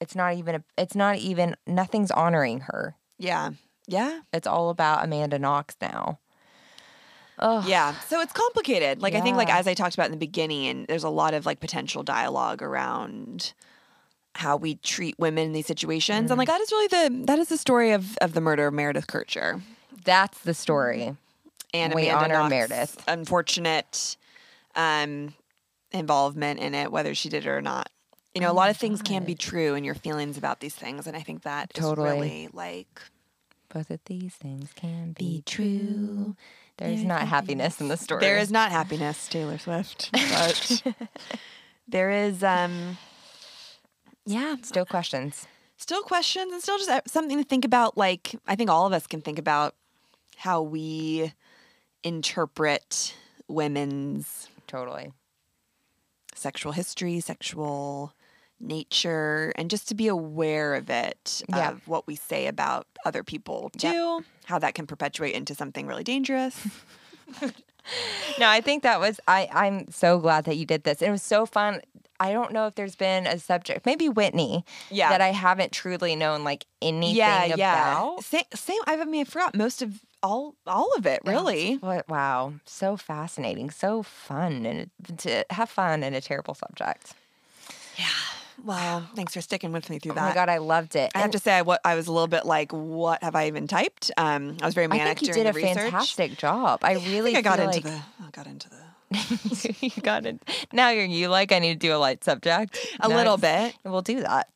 S2: it's not even a, it's not even nothing's honoring her.
S1: yeah, yeah,
S2: It's all about Amanda Knox now. Oh
S1: yeah. So it's complicated. Like I think, like
S2: Yeah.
S1: as I talked about in the beginning, there's a lot of like potential dialogue around how we treat women in these situations, and like
S2: Mm.
S1: that is really the that is the story of of the murder of Meredith Kircher.
S2: that's
S1: Mm-hmm.
S2: the story.
S1: and
S2: We
S1: Amanda
S2: honor
S1: Knox's
S2: Meredith.
S1: Unfortunate um, involvement in it, whether she did it or not. You
S2: Oh
S1: know, a lot of things can be true in your feelings about these things, and I think that is
S2: Totally.
S1: really like
S2: Both of these things can
S1: be
S2: be
S1: true.
S2: There's not happiness in the story.
S1: There is not happiness, Taylor Swift, but there is, um, yeah,
S2: still questions.
S1: still questions and still just uh, something to think about. Like, I think all of us can think about how we interpret women's
S2: Totally.
S1: sexual history, sexual nature, and just to be aware of it,
S2: Yeah.
S1: of what we say about other people too,
S2: Yep.
S1: how that can perpetuate into something really dangerous.
S2: No, I think that was I. I'm so glad that you did this. It was so fun. I don't know if there's been a subject, maybe Whitney,
S1: Yeah.
S2: that I haven't truly known like anything about.
S1: Same, same. I mean, I forgot most of all, all of it, really.
S2: What, wow. So fascinating. So fun. And it- to have fun in a terrible subject.
S1: Well, thanks for sticking with me through
S2: Oh
S1: that.
S2: my God, I loved it.
S1: I have
S2: And
S1: to say, I wa- I was a little bit like, what have I even typed? Um, I was very
S2: I
S1: manic
S2: think you
S1: during
S2: did a
S1: the research.
S2: fantastic job.
S1: I
S2: I really
S1: think I got
S2: feel
S1: into
S2: like
S1: the. I got into the.
S2: you got it. Now you're you like I need to do a light subject.
S1: A little
S2: Nice. We'll do that.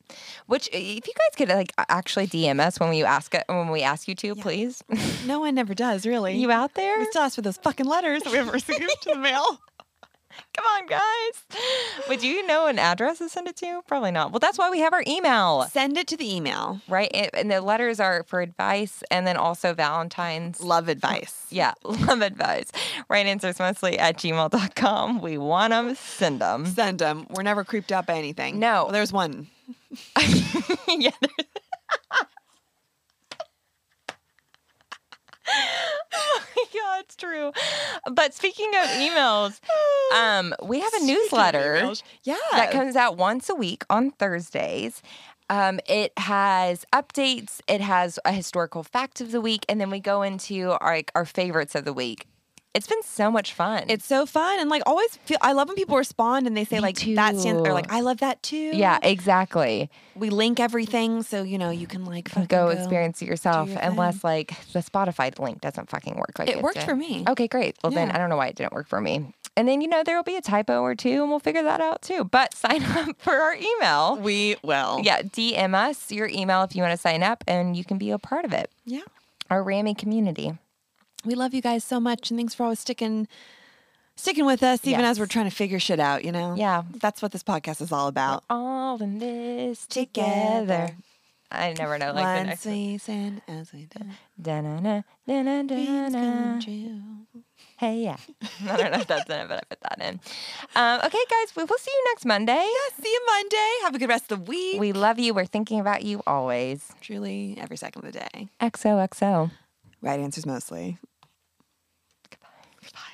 S2: Which if you guys could like actually DM us when we ask it, when we ask you to, please.
S1: No one ever does, really.
S2: you out there?
S1: We still ask for those fucking letters that we haven't received in the mail.
S2: Come on, guys. Would you know an address to send it to? Probably not. Well, that's why we have our email.
S1: Send it to the email.
S2: Right? And- And the letters are for advice and then also Valentine's
S1: Love advice.
S2: Yeah, love advice. Right answers mostly at gmail.com. We want them, send them.
S1: Mm-hmm. Send them. We're never creeped out by anything.
S2: No.
S1: Well, there's one.
S2: yeah. yeah, Oh it's true. But speaking of emails, um, we have a newsletter
S1: emails, yeah.
S2: that comes out once a week on Thursdays. Um, it has updates. It has a historical fact of the week, and then we go into our, like our favorites of the week. It's been so much fun.
S1: It's so fun and like always feel I love when people respond and they say
S2: Me
S1: like that stands
S2: too.
S1: or like I love that too.
S2: yeah, exactly.
S1: We link everything so you know you can like fucking
S2: go experience it yourself
S1: your
S2: unless like the spotify link doesn't fucking work like
S1: It
S2: it,
S1: worked
S2: did.
S1: for me.
S2: okay great well then
S1: Yeah.
S2: i don't know why it didn't work for me and then you know there will be a typo or two and we'll figure that out too but sign up for our email
S1: We will.
S2: yeah dm us your email if you want to sign up and you can be a part of it
S1: Yeah.
S2: our rami community
S1: We love you guys so much and thanks for always sticking sticking with us even
S2: Yes.
S1: as we're trying to figure shit out, you know?
S2: Yeah.
S1: That's what this podcast is all about.
S2: all in this together
S1: Together.
S2: i never know like the
S1: One
S2: next
S1: season as we do.
S2: da-na-na, da-na-na-na.
S1: Dreams come true.
S2: Hey, yeah. I don't know if that's in it, but I put that in. Um, okay, guys, we will see you next Monday.
S1: See you Monday. Have a good rest of the week.
S2: We love you. We're thinking about you always.
S1: Truly, every second of the day.
S2: XOXO.
S1: Right answers mostly. Goodbye. Goodbye.